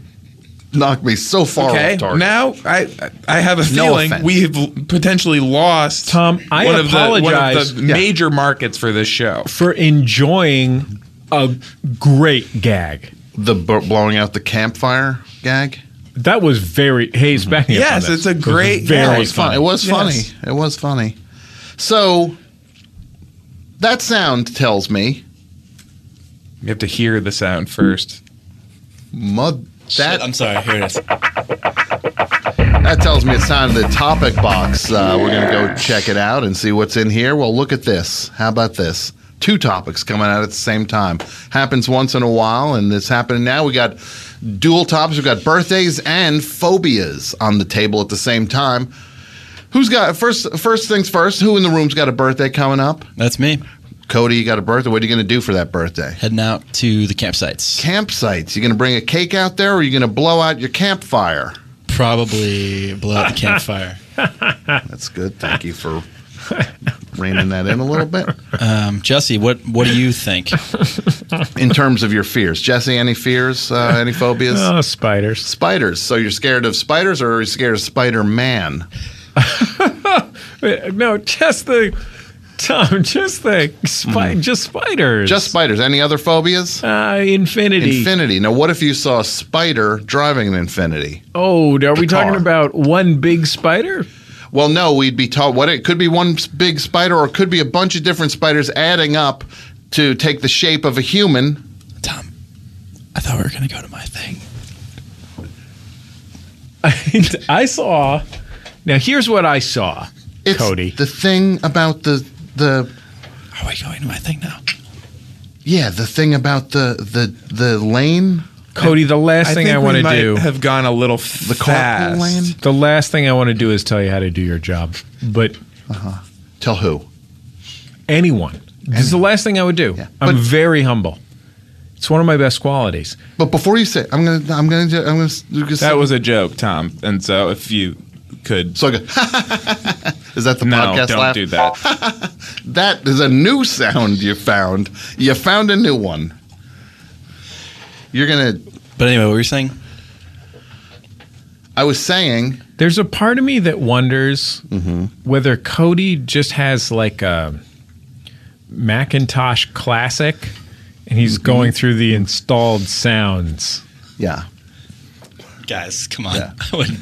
knocked me so far Okay, off target. now I I have a No feeling offense. we have l- potentially lost Tom, I one of the- one of apologize. the Yeah. major markets for this show. For enjoying a great gag. the b- blowing out the campfire gag. That was very Hayes back. me up on Mm-hmm. Yes, that. it's a It was great- very yeah, It was fun. It was Yes. funny. It was funny. So that sound tells me You have to hear the sound first. mud. That Shit, I'm sorry. Here it is. That tells me it's time for the topic box. Uh, We're going to go check it out and see what's in here. Well, look at this. How about this? Two topics coming out at the same time. Happens once in a while, and it's happening now. We got dual topics. We've got birthdays and phobias on the table at the same time. Who's got first? First things first. Who in the room's got a birthday coming up? That's me Cody, you got a birthday. What are you going to do for that birthday? heading out to the campsites. Campsites. You going to bring a cake out there, or you going to blow out your campfire? Probably blow out the campfire. That's good. Thank you for reining that in a little bit. Um, Jesse, what what do you think? In terms of your fears, Jesse, any fears, uh, any phobias? Oh, spiders. spiders. So you're scared of spiders, or are you scared of Spider Man? Uh, No, just the Tom, just the spi- Mm-hmm. just spiders. Just spiders. Any other phobias? uh, infinity. Infinity. Now, what if you saw a spider driving an infinity? oh, are we car. talking about one big spider? Well, no, we'd be taught what it could be one s- big spider, or it could be a bunch of different spiders adding up to take the shape of a human. Tom, I thought we were gonna go to my thing. I saw. Now here's what I saw. It's Cody. the thing about the the Are we going to my thing now? yeah the thing about the the the lane Cody, the last thing I we want to might do. have gone a little the carpool fast. lane. the last thing I want to do is tell you how to do your job. But Tell who? anyone, this is the last thing I would do. Yeah. I'm But- very humble. It's one of my best qualities. But before you say, I'm gonna, I'm gonna, do- I'm gonna. I'm gonna That was a joke, Tom. And so if you could, so. I go, is that the no, podcast don't laugh? do that. That is a new sound you found. You found a new one. You're gonna. But anyway, what were you saying? I was saying There's a part of me that wonders whether Cody just has like a Macintosh classic and he's going through the installed sounds. Yeah. Guys, come on. Yeah. I wouldn't-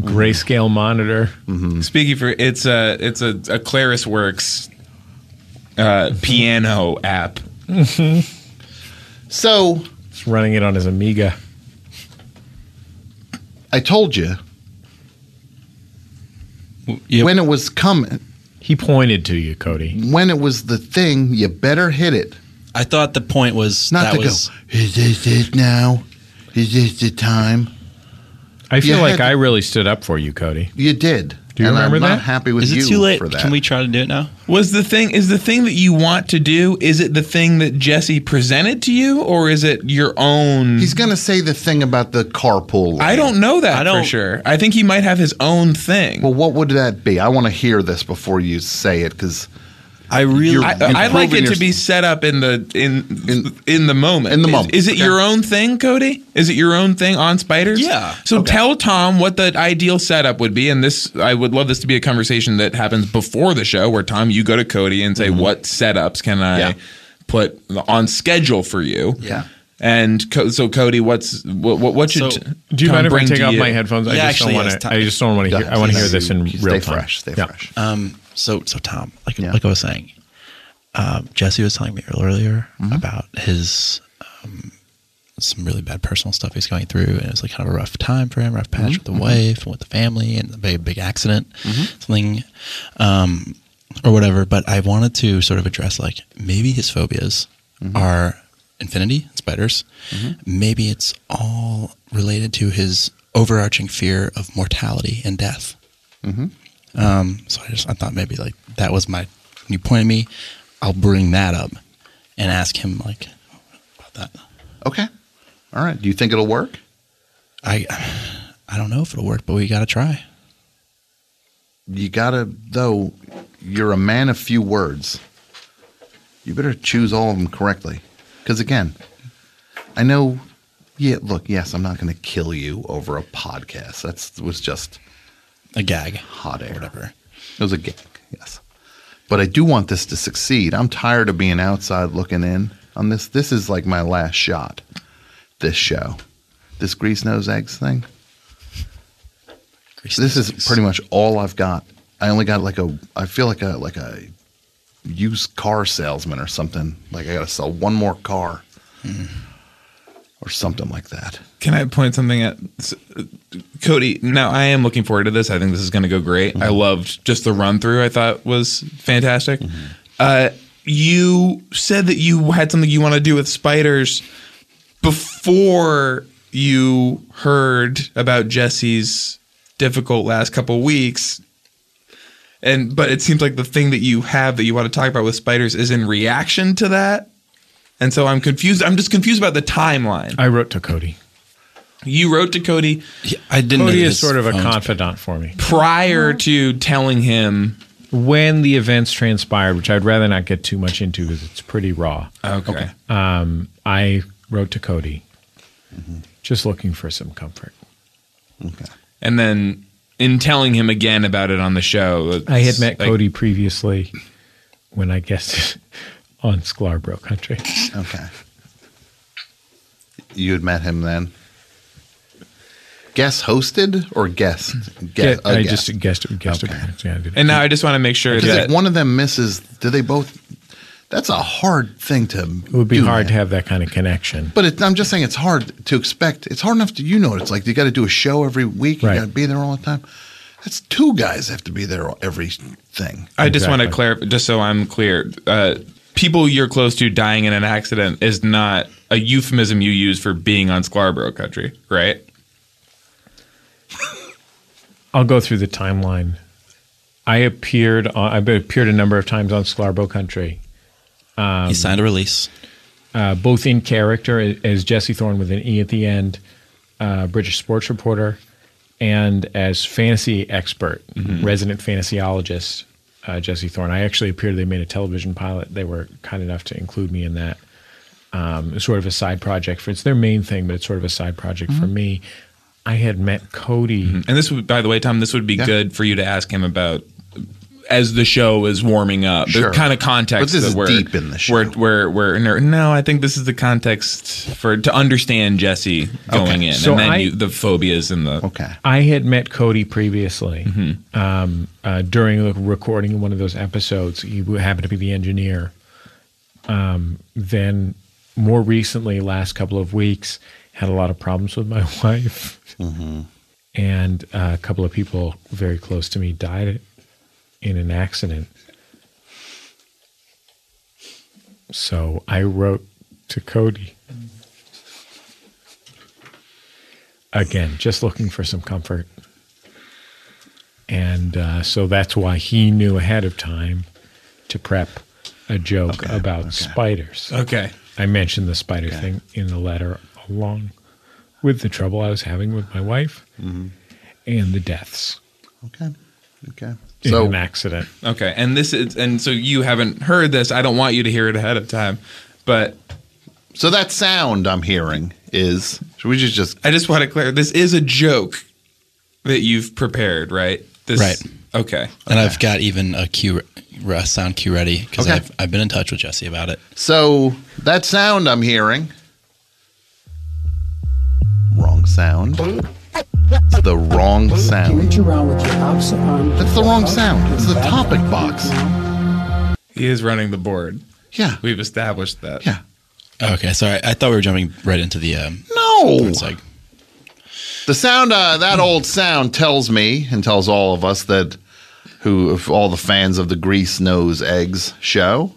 Grayscale monitor. Speaking for it's a it's a, a Clarisworks uh, piano app. So He's running it on his Amiga. I told you Yep. when it was coming, He pointed to you, Cody. when it was the thing, you better hit it. I thought the point was Not that to was go. Is this it now? Is this the time? I feel You like had- I really stood up for you, Cody. You did. Do you and remember I'm that? Not happy with Is you it too late? for that. Can we try to do it now? Was the thing is the thing that you want to do? Is it the thing that Jesse presented to you, or is it your own? He's gonna say the thing about the carpool. Lane. I don't know that I don't- for sure. I think he might have his own thing. Well, what would that be? I want to hear this before you say it because I really You're- I, Improving I'd like it your- to be set up in the in In- in, the moment. in the Is- moment, Is, it okay. your own thing, Cody? Is it your own thing on spiders? Yeah. So tell Tom what the ideal setup would be, and this I would love this to be a conversation that happens before the show, where Tom you go to Cody and say what setups can I Mm-hmm. Yeah. put on schedule for you? Yeah. And co- so Cody, what's what what, what So, should t- Do you Tom mind if I bring take to off you? my headphones? I Yeah, just actually, don't want yes, to. Tom- I just don't want to hear. I want to hear this in Stay real time. fresh. Stay Yeah. fresh. Um, so so Tom, like Yeah. like I was saying, um, Jesse was telling me earlier about his um, some really bad personal stuff he's going through, and it was like kind of a rough time for him, rough patch with the wife and with the family, and a big big accident, something, um, or whatever. But I wanted to sort of address like maybe his phobias are infinity spiders, maybe it's all related to his overarching fear of mortality and death. Um, so I just I thought maybe like that was my when you pointed me, I'll bring that up and ask him like about that. Okay. All right. Do you think it'll work? I I don't know if it'll work, but we got to try. You gotta though. You're a man of few words. You better choose all of them correctly, because again, I know. Yeah. Look. Yes, I'm not going to kill you over a podcast. That's was just A gag, hot air. whatever. It was a gig, yes. But I do want this to succeed. I'm tired of being outside looking in on this. This is like my last shot. This show, this grease nose eggs thing. Grease This is things. pretty much all I've got. I only got like a. I feel like a like a used car salesman or something. Like I got to sell one more car. Or something like that. Can I point something at s- Cody? Now I am looking forward to this. I think this is going to go great. I loved just the run through. I thought was fantastic. Uh, you said that you had something you want to do with spiders before you heard about Jesse's difficult last couple weeks. And but it seems like the thing that you have that you want to talk about with spiders is in reaction to that. And so I'm confused. I'm just confused about the timeline. I wrote to Cody. You wrote to Cody Yeah, I didn't. Cody know his is sort of a phone's- confidant for me. prior to telling him. When the events transpired, which I'd rather not get too much into because it's pretty raw, Okay. um, I wrote to Cody just looking for some comfort. Okay. And then in telling him again about it on the show. I had met like, Cody previously when I guessed on Scarborough Country. Okay. You had met him then. Guest hosted or guest? Guest. I just guessed. guessed Okay. yeah, I did. And now I just want to make sure Because that if one of them misses, do they both? That's a hard thing to. it would be hard to have that kind of connection. But it, I'm just saying, it's hard to expect. It's hard enough to you know what it's like. You got to do a show every week. You Right. got to be there all the time. That's two guys have to be there all- every thing. I just want to Exactly. clarify, just so I'm clear. Uh, people you're close to dying in an accident is not a euphemism you use for being on Scarborough Country, right? I'll go through the timeline. I appeared. On, I've appeared a number of times on Scarborough Country, he signed a release. uh, both in character a- as Jesse Thorne with an E at the end, uh, British sports reporter, and as fantasy expert, resident fantasyologist uh, Jesse Thorne. I actually appeared. They made a television pilot. They were kind enough to include me in that. Um, sort of a side project for it's their main thing, but it's sort of a side project for me. I had met Cody. And this would, by the way, Tom, this would be Yeah. good for you to ask him about as the show is warming up. Sure. The kind of context But this that is we're, deep in the show. We're, we're, we're, no, no, I think this is the context for to understand Jesse going in, So and then I- you, the phobias and the. Okay. I had met Cody previously um, uh, during the recording of one of those episodes. He w- happened to be the engineer. Um, then, more recently, last couple of weeks, had a lot of problems with my wife, and uh, a couple of people very close to me died in an accident. So I wrote to Cody. again, just looking for some comfort. And uh, so that's why he knew ahead of time to prep a joke about spiders. Okay. I mentioned the spider thing in the letter, along with the trouble I was having with my wife and the deaths Okay. Okay. in So an accident. Okay. And this is, and so you haven't heard this. I don't want you to hear it ahead of time, but so that sound I'm hearing is. Should we just just I just want to clear this is a joke that you've prepared, right? This, Right. Okay. And I've got even a cue, re- a sound cue ready because Okay. I've, I've been in touch with Jesse about it. So that sound I'm hearing. Wrong sound. It's the wrong sound. Reach around with your um, opposite arm. to That's the wrong sound. It's the topic box. He is running the board. Yeah. We've established that. Yeah. Okay, sorry. I thought we were jumping right into the. Um, No. it's like The sound, uh, that old sound tells me and tells all of us that who, if all the fans of the Grease Nose Eggs show,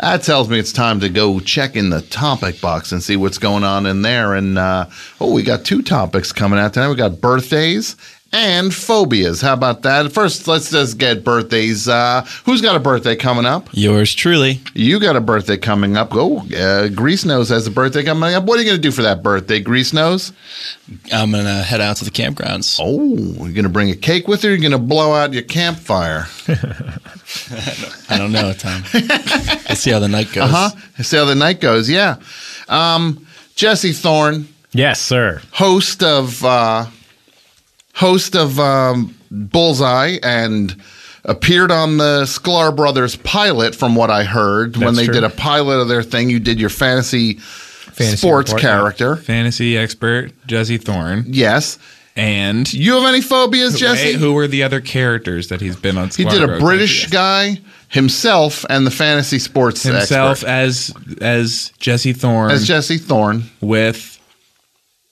That tells me it's time to go check in the topic box and see what's going on in there. And uh, oh, we got two topics coming out tonight. We got birthdays and phobias. How about that? First, let's just get birthdays. Uh, who's got a birthday coming up? Yours truly. You got a birthday coming up. Go, uh, Grease Nose has a birthday coming up. What are you going to do for that birthday, Grease Nose? I'm gonna head out to the campgrounds. Oh, you're going to bring a cake with you. You're going to blow out your campfire. I don't know, Tom. Let's see how the night goes. Huh? See how the night goes. Yeah. Um, Jesse Thorne, Yes, sir. host of uh, host of um, Bullseye, and appeared on the Sklar Brothers pilot, from what I heard when That's they true. did a pilot of their thing. You did your fantasy, sports report, yeah. character. Fantasy expert Jesse Thorne Yes. and You have any phobias, Jesse? Hey, who were the other characters that he's been on? he did a British guy himself and the fantasy sports himself expert, as as Jesse Thorne as Jesse Thorne with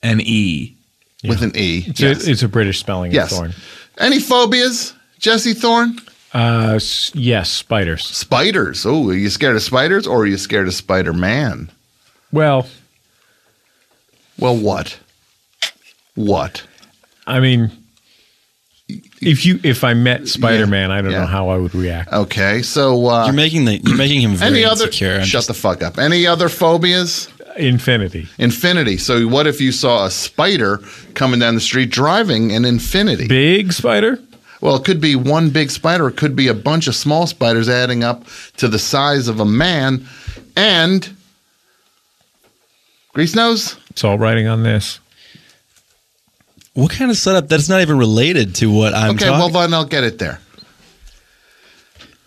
an E. with an E. It's, a, it's a British spelling of Yes. thorn. Any phobias, Jesse Thorne? Uh, s- yes, spiders. Spiders. Oh, are you scared of spiders or are you scared of Spider Man? Well, Well, what? What? I mean, if you if I met Spider Man, I don't yeah. know how I would react. Okay, so You're uh, making the you're making him very any other? insecure. I'm Shut just- the fuck up. Any other phobias? Infinity. Infinity. So, what if you saw a spider coming down the street driving an infinity? Big spider. Well, it could be one big spider. It could be a bunch of small spiders adding up to the size of a man. And Grease Nose, It's all writing on this. what kind of setup? That's not even related to what I'm Okay, talking. well then I'll get it there.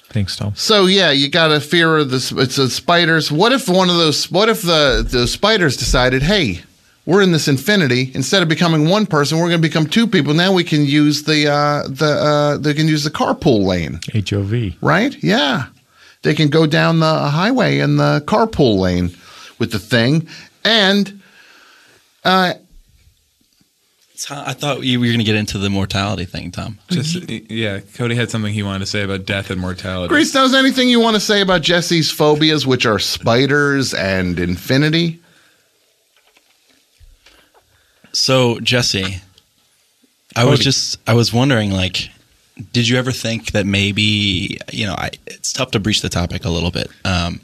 Thanks, Tom. So yeah, you got a fear of the s- it's the spiders. What if one of those? What if the the spiders decided, hey, we're in this infinity. Instead of becoming one person, we're going to become two people. Now we can use the uh, the uh, they can use the carpool lane, Hov. right? Yeah, they can go down the highway in the carpool lane with the thing, and uh, Tom, I thought you were gonna get into the mortality thing, Tom. Just yeah, Cody had something he wanted to say about death and mortality. Grease knows anything you want to say about Jesse's phobias, which are spiders and infinity. So Jesse, I was just I was wondering like, did you ever think that maybe you know I, it's tough to breach the topic a little bit. Um,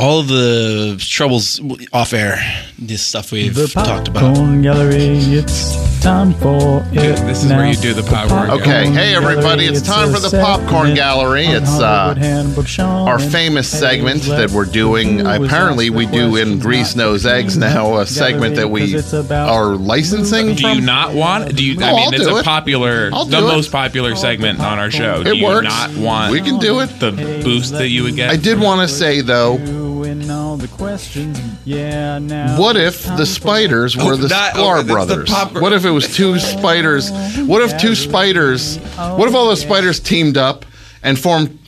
all of the troubles w- off air, this stuff we've talked about. gallery, it's time for it. This is where you do the popcorn. Okay, hey everybody, it's time for the popcorn gallery. It's uh. our famous segment that we're doing. Apparently, we do in Grease Nose Eggs now a segment that we are licensing. Do you not want? Do you? No, I mean, I'll it's do a it. popular, I'll the do it. most popular segment on our show. do It you works. Not want We can do it. the boost that you would get. I did want to say though, what if the spiders were the that- Sklar oh, that's the brothers? popper. What if it was two spiders? What if two spiders? What if all those spiders teamed up and formed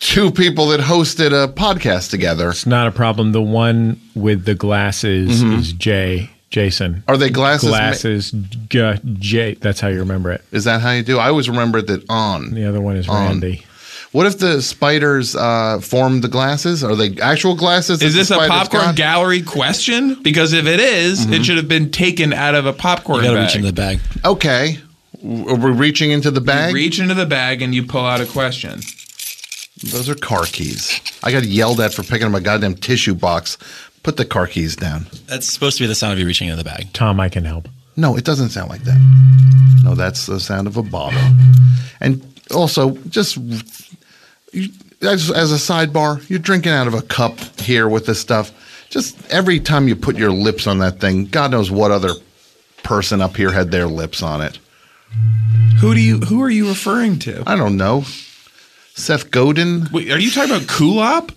two people that hosted a podcast together? It's not a problem. The one with the glasses is Jay Jason. Mm-hmm. Are they glasses? ma- glasses J Jay? That's how you remember it. Is that how you do? I always remembered that on. The other one is On. Randy. What if the spiders uh, formed the glasses? Are they actual glasses? that Is the this a spiders popcorn got? gallery question? Because if it is, Mm-hmm. it should have been taken out of a popcorn You gotta bag. reach into the bag. Okay. W- Are we reaching into the bag? You reach into the bag and you pull out a question. Those are car keys. I got yelled at for picking up a goddamn tissue box. Put the car keys down. That's supposed to be the sound of you reaching into the bag. Tom, I can help. No, it doesn't sound like that. No, that's the sound of a bottle. And also, just you- as, as a sidebar, you're drinking out of a cup here with this stuff. Just every time you put your lips on that thing, God knows what other person up here had their lips on it. Who do you? Who are you referring to? I don't know. Seth Godin? Wait, are you talking about Kulop?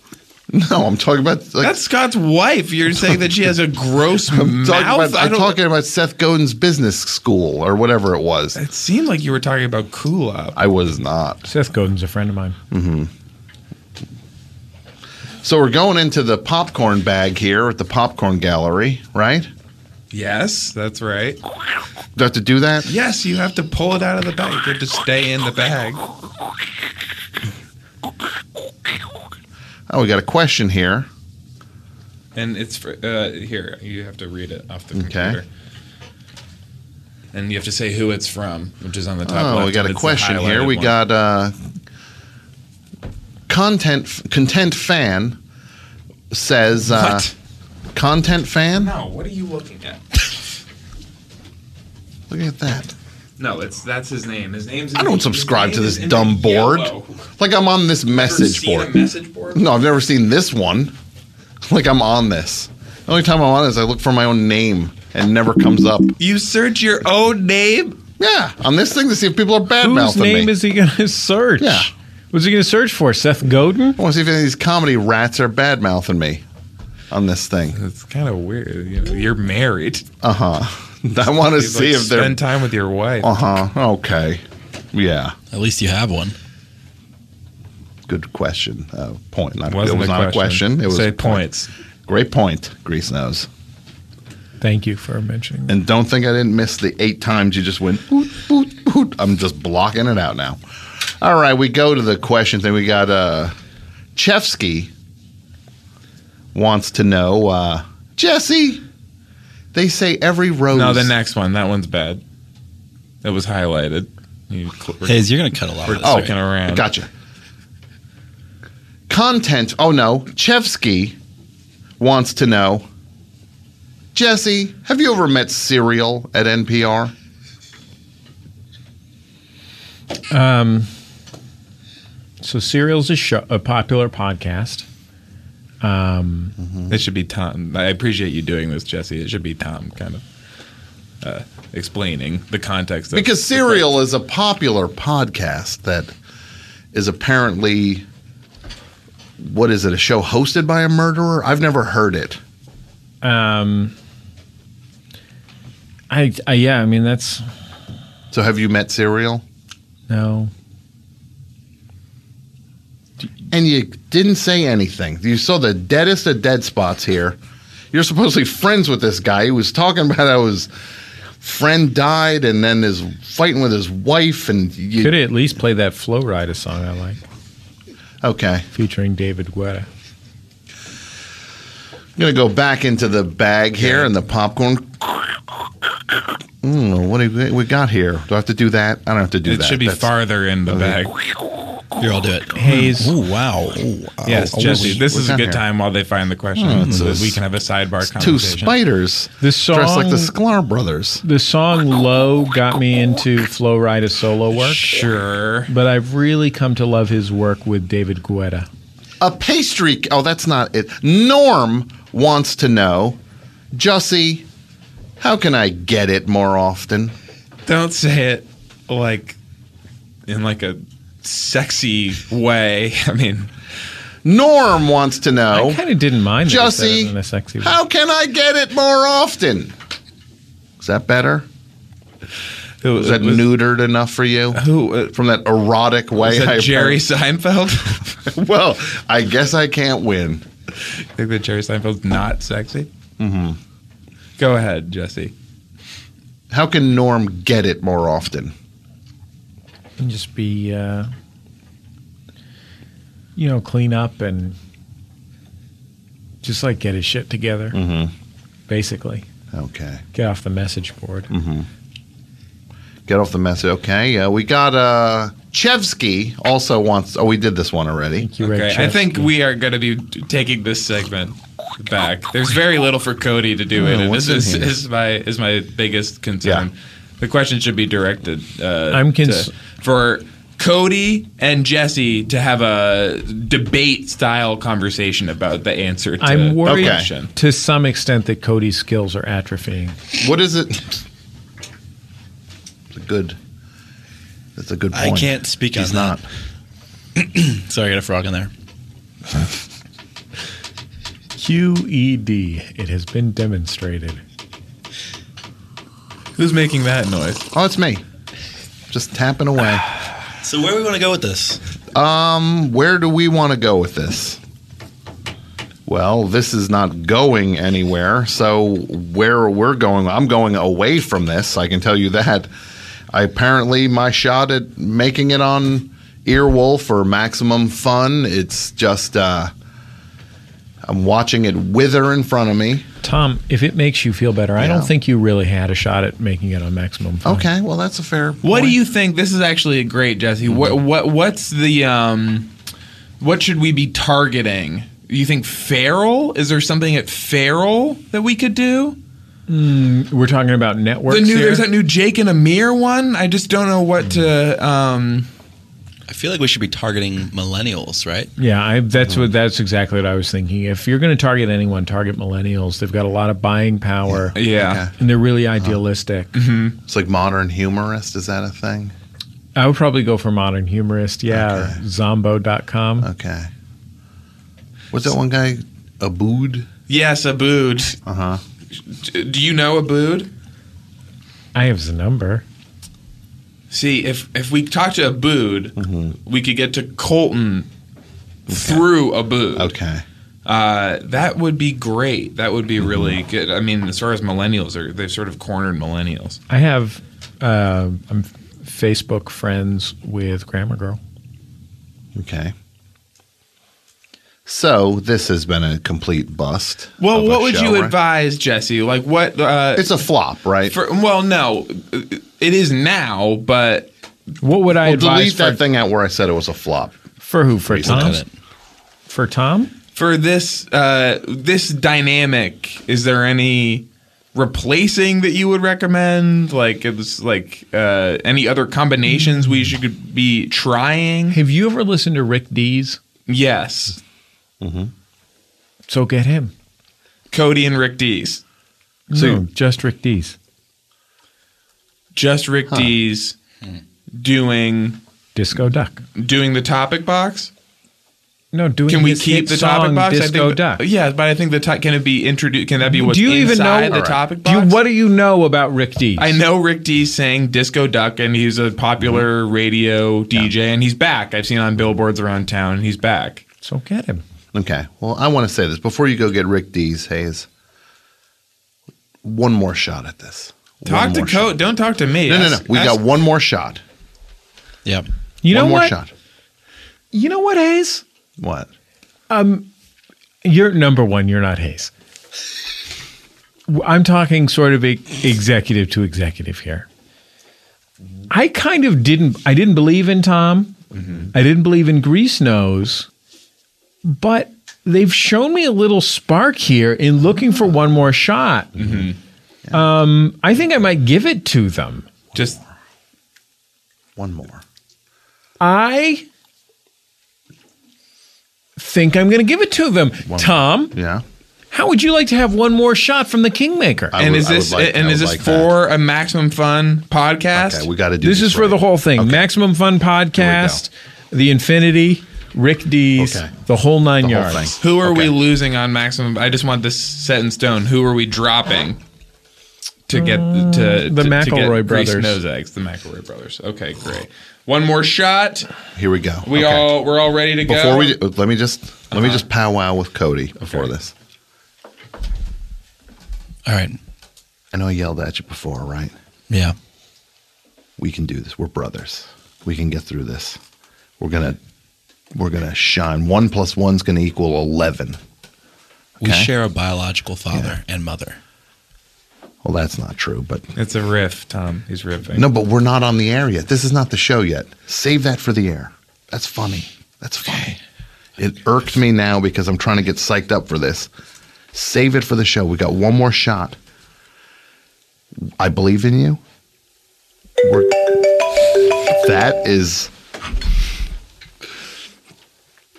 No, I'm talking about like That's Scott's wife. You're saying that she has a gross talking mouth. about, I I'm don't- talking about Seth Godin's business school or whatever it was. It seemed like you were talking about Kulop. I was not. Seth Godin's a friend of mine. So we're going into the popcorn bag here at the popcorn gallery, right? Yes, that's right. Do I have to do that? Yes, you have to pull it out of the bag. You have to stay in the bag. Oh, we got a question here. And it's for, uh, here. You have to read it off the Okay. computer. And you have to say who it's from, which is on the top. Oh, left, we got and a it's the question here. highlighted We one. got uh, content content fan says uh, What? content fan. No, what are you looking at? Look at that. No, it's that's his name. His name's. I don't subscribe to this dumb board. Message Like I'm on this message seen board. A message board. No, I've never seen this one. Like I'm on this. The only time I'm on is I look for my own name and it never comes up. You search your own name. Yeah, on this thing to see if people are bad Whose mouthing name me. is he going to search? Yeah. What's he going to search for? Seth Godin? I want to see if any of these comedy rats are bad mouthing me on this thing. It's kind of weird. You know, you're married. Uh huh. I want to You'd, see like, if they're. spend time with your wife. Uh huh. Okay. Yeah. At least you have one. Good question. Uh, point. Not, It it was wasn't not a question. It was say a point. points. Great point. Grease nose. Thank you for mentioning that. And don't think I didn't miss the eight times you just went boot, boot, boot. I'm just blocking it out now. All right, we go to the question thing. We got uh, Chefsky wants to know uh, Jesse. They say every rose. No, the next one. That one's bad. It was highlighted. You cl- Hayes, you're gonna cut a lot. Of this, Oh, right? Looking around. Gotcha. Content. Oh no, Chevsky wants to know. Jesse, have you ever met Serial at NPR? So, Serial's a, show, a popular podcast. It should be Tom. I appreciate you doing this, Jesse. It should be Tom kind of uh, explaining the context. Of Because Serial is a popular podcast that is apparently what is it? A show hosted by a murderer? I've never heard it. I, I Yeah, I mean, that's. So have you met Serial? No. And you didn't say anything. You saw the deadest of dead spots here. You're supposedly friends with this guy. He was talking about how his friend died and then is fighting with his wife and you Could at least play that Flow Rider song I like, Okay. featuring David Guetta. I'm gonna go back into the bag here and the popcorn. Mm, what do we- we got here? Do I have to do that? I don't have to do it that. should be That's- farther in the back. Here, I'll do it. Hayes. Ooh, Oh, wow. Ooh, wow. Yes, oh, Jesse. what's- This what's is a down good here? Oh, time while they find the question. so that we can have a sidebar Two conversation. spiders This song- dressed like the Sklar brothers. The song Low got me into Flow Rida solo work, Sure. but I've really come to love his work with David Guetta. A pastry. Oh, that's not it. Norm wants to know, Jussie, how can I get it more often? Don't say it like in like a sexy way. I mean, Norm wants to know, I kind of didn't mind that he said it in a sexy Oh. Jussie, way. how can I get it more often? Is that better? it was, Is that was- neutered enough for you? Who? Uh, From that erotic way, was I that Jerry Seinfeld? well, I guess I can't win. think that Jerry Seinfeld's not sexy? Mm-hmm. Go ahead, Jesse. How can Norm get it more often? And just be, uh, you know, clean up and just like get his shit together, basically. Okay. Get off the message board. Get off the message. Okay. Uh, we got uh, Chevsky also wants. Oh, we did this one already. You read Okay, I Chef's- think we are going to be t- taking this segment back. There's very little for Cody to do in it. what's This is, in here? is my is my biggest concern. Yeah. The question should be directed. Uh, I'm cons- to, for Cody and Jesse to have a debate style conversation about the answer. To I'm worried Okay. to some extent that Cody's skills are atrophying. What is it? It's a good. That's a good I point. can't speak He's on not. that. Sorry, I got a frog in there. QED. E It has been demonstrated. Who's making that noise? Oh, it's me. Just tapping away. So where do we want to go with this? Where do we want to go with this? Well, this is not going anywhere. So where we're going, I'm going away from this. I can tell you that. I apparently my shot at making it on Earwolf or Maximum Fun. It's just uh, I'm watching it wither in front of me. Tom, if it makes you feel better, I Yeah. don't think you really had a shot at making it on maximum. Fun. Okay, well that's a fair. What do point. you think? This is actually a great Jesse. Mm-hmm. What what what's the um, what should we be targeting? You think feral? Is there something at feral that we could do? We're talking about networks The new here. there's that new Jake and Amir one. I just don't know what to. Um, I feel like we should be targeting millennials, right? yeah, I, that's what that's exactly what I was thinking. If you're going to target anyone, target millennials. They've got a lot of buying power, yeah, Uh-huh. and they're really idealistic. It's like modern humorist. Is that a thing? I would probably go for modern humorist, yeah, or Okay. zombo.com. Uh-huh. Okay. What's that one guy? Abood. yes, Abood. Uh huh. D- Do you know Abood? I have his number. See, if if we talk to Abood, we could get to Colton through Abood. Okay. Uh, that would be great. That would be really good. I mean, as far as millennials are, they've sort of cornered millennials. I have uh, I'm Facebook friends with Grammar Girl. Okay. So this has been a complete bust. Well, of a what would show, you right? advise, Jesse? Like, what? Uh, It's a flop, right? for, well, no, it is now, but What would I well, advise delete for, that thing out where I said it was a flop. for who? For Tom? Got it. For Tom? for this uh, this dynamic, is there any replacing that you would recommend? Like, it was like uh, any other combinations we should be trying? Have you ever listened to Rick Dees? Yes, So get him. Cody and Rick Dees. no, just Rick Dees. just Rick D's doing Disco Duck. doing the topic box. No, doing Can we his keep hit the song, topic box? Disco I think, Duck. Yeah, but I think the to- can it be introduced? Can that be what's do you even know inside the topic Do you, box? what do you know about Rick Dees? I know Rick D sang Disco Duck, and he's a popular Mm-hmm. radio DJ, and he's back. I've seen on billboards around town. He's back. So get him. Okay. Well, I want to say this before you go get Rick D's Hayes. One more shot at this. Talk One to more Co. shot. Don't talk to me. No, no, no. Ask- We ask- got one more shot. Yep. You one know more what? shot. You know what, Hayes? What? You're number one. You're not Hayes. I'm talking sort of e- executive to executive here. I kind of didn't. I didn't believe in Tom. I didn't believe in Grease Nose, but they've shown me a little spark here in looking for one more shot. Um, I think I might give it to them. just One more. I think I'm going to give it to them. Tom, Yeah. How would you like to have one more shot from the Kingmaker? I and would- is I would this like- and I is would this like that. for a Maximum Fun podcast? Okay, we got to do this this. is for right. the whole thing. Okay. Maximum Fun Podcast, The Infinity, Rick D's, Okay. the whole nine The whole yards. thing. Who are Okay. we losing on maximum? I just want this set in stone. Who are we dropping to get to Uh, the to, McElroy brothers. Nose eggs, the McElroy brothers. Okay, great. One more shot. Here we go. We Okay. all we're all ready to before go. we do- let me just let me just powwow with Cody before Okay. this. All right. I know I yelled at you before, right? Yeah. We can do this. We're brothers. We can get through this. We're gonna we're gonna shine. One plus one's gonna equal eleven. We Okay. share a biological father and mother. Well, that's not true, but it's a riff, Tom. He's riffing. no, but we're not on the air yet. This is not the show yet. Save that for the air. That's funny. That's funny. It irked me now because I'm trying to get psyched up for this. Save it for the show. We got one more shot. I believe in you. We're, that is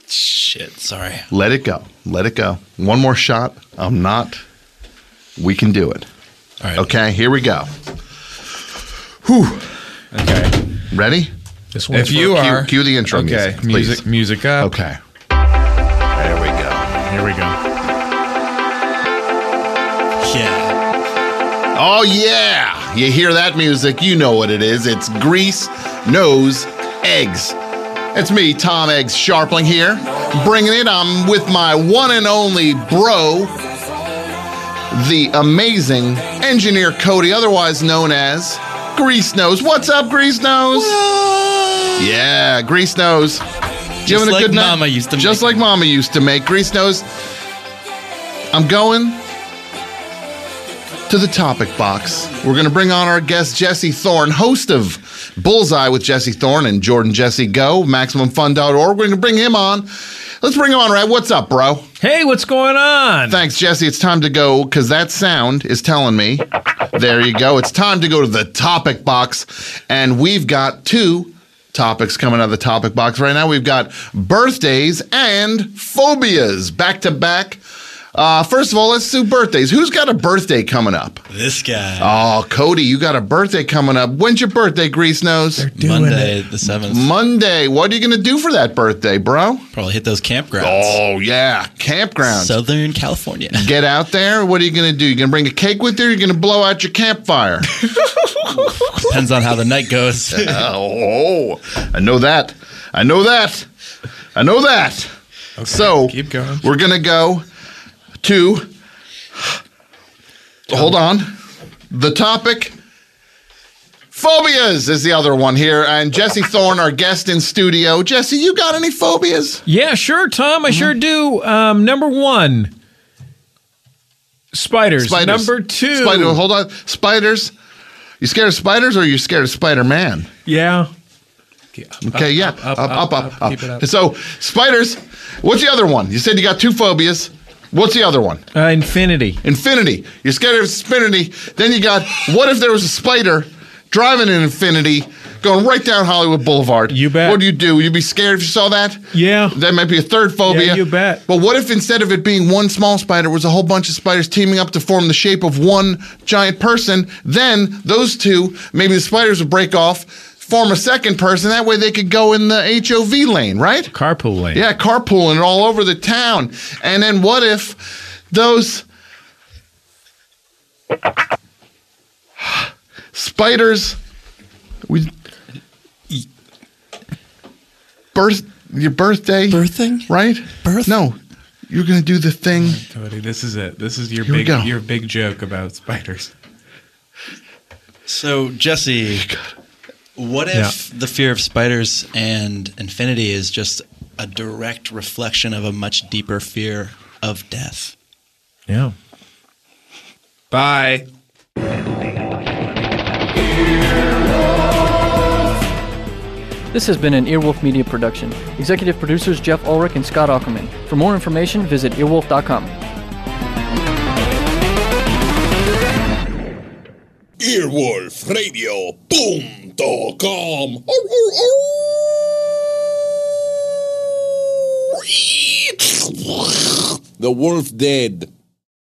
Shit. Sorry. let it go. Let it go. One more shot. I'm not. We can do it. All right. Okay, here we go. Okay. Ready? This If one's you Cue- are cue the intro Okay. music, please. music, music up. Okay. There we go. here we go. Yeah. Oh, yeah. You hear that music? You know what it is. It's Grease Nose Eggs. It's me, Tom Eggs Sharpling here, bringing it. I'm with my one and only bro, the amazing engineer Cody, otherwise known as Grease Nose. What's up, Grease Nose? Yeah, Grease Nose. You Just having a like good night? Mama used to Just make. like Mama used to make. Grease Nose, I'm going to the topic box. We're going to bring on our guest, Jesse Thorne, host of Bullseye with Jesse Thorne and Jordan Jesse Go, MaximumFun.org. We're going to bring him on. Let's bring him on, Red. What's up, bro? Hey, what's going on? Thanks, Jesse. It's time to go because that sound is telling me. There you go. It's time to go to the topic box. And we've got two topics coming out of the topic box right now. We've got birthdays and phobias back to back. Uh, first of all, let's do birthdays. Who's got a birthday coming up? This guy. Oh, Cody, you got a birthday coming up. When's your birthday, Grease Nose? Monday the seventh. Monday. What are you going to do for that birthday, bro? Probably hit those campgrounds. Oh, yeah. Campground. Southern California. Get out there. What are you going to do? You going to bring a cake with you? Or you going to blow out your campfire? Depends on how the night goes. oh, I know that. I know that. I know that. so keep going. We're gonna go to. Hold on. The topic. Phobias is the other one here, and Jesse Thorne, our guest in studio. Jesse, you got any phobias? Yeah, sure, Tom. I sure Mm-hmm. do. Um, number one, spiders. Spiders. Number two, Spider, hold on, spiders. You scared of spiders, or you scared of Spider Man? yeah, Okay, yeah, up, up, up, up. So, spiders. What's the other one? You said you got two phobias. What's the other one? uh, infinity. Infinity. You're scared of infinity. Then you got what if there was a spider driving an infinity going right down Hollywood Boulevard? You bet. What do you do? You'd be scared if you saw that? Yeah. That might be a third phobia. you bet. But what if instead of it being one small spider, it was a whole bunch of spiders teaming up to form the shape of one giant person? Then those two, maybe the spiders would break off, form a second person. That way they could go in the HOV lane, right? Carpool lane. Yeah, carpooling all over the town. And then what if those spiders we birth your birthday Birthing? right? Birth? No. You're going to do the thing. Cody, this is it. This is your Here we big go. your big joke about spiders. So Jesse, what if the fear of spiders and infinity is just a direct reflection of a much deeper fear of death? Yeah. Bye. This has been an Earwolf Media production. Executive producers Jeff Ulrich and Scott Ackerman. For more information, visit earwolf.com. Earwolf Radio Boom.com. The wolf dead.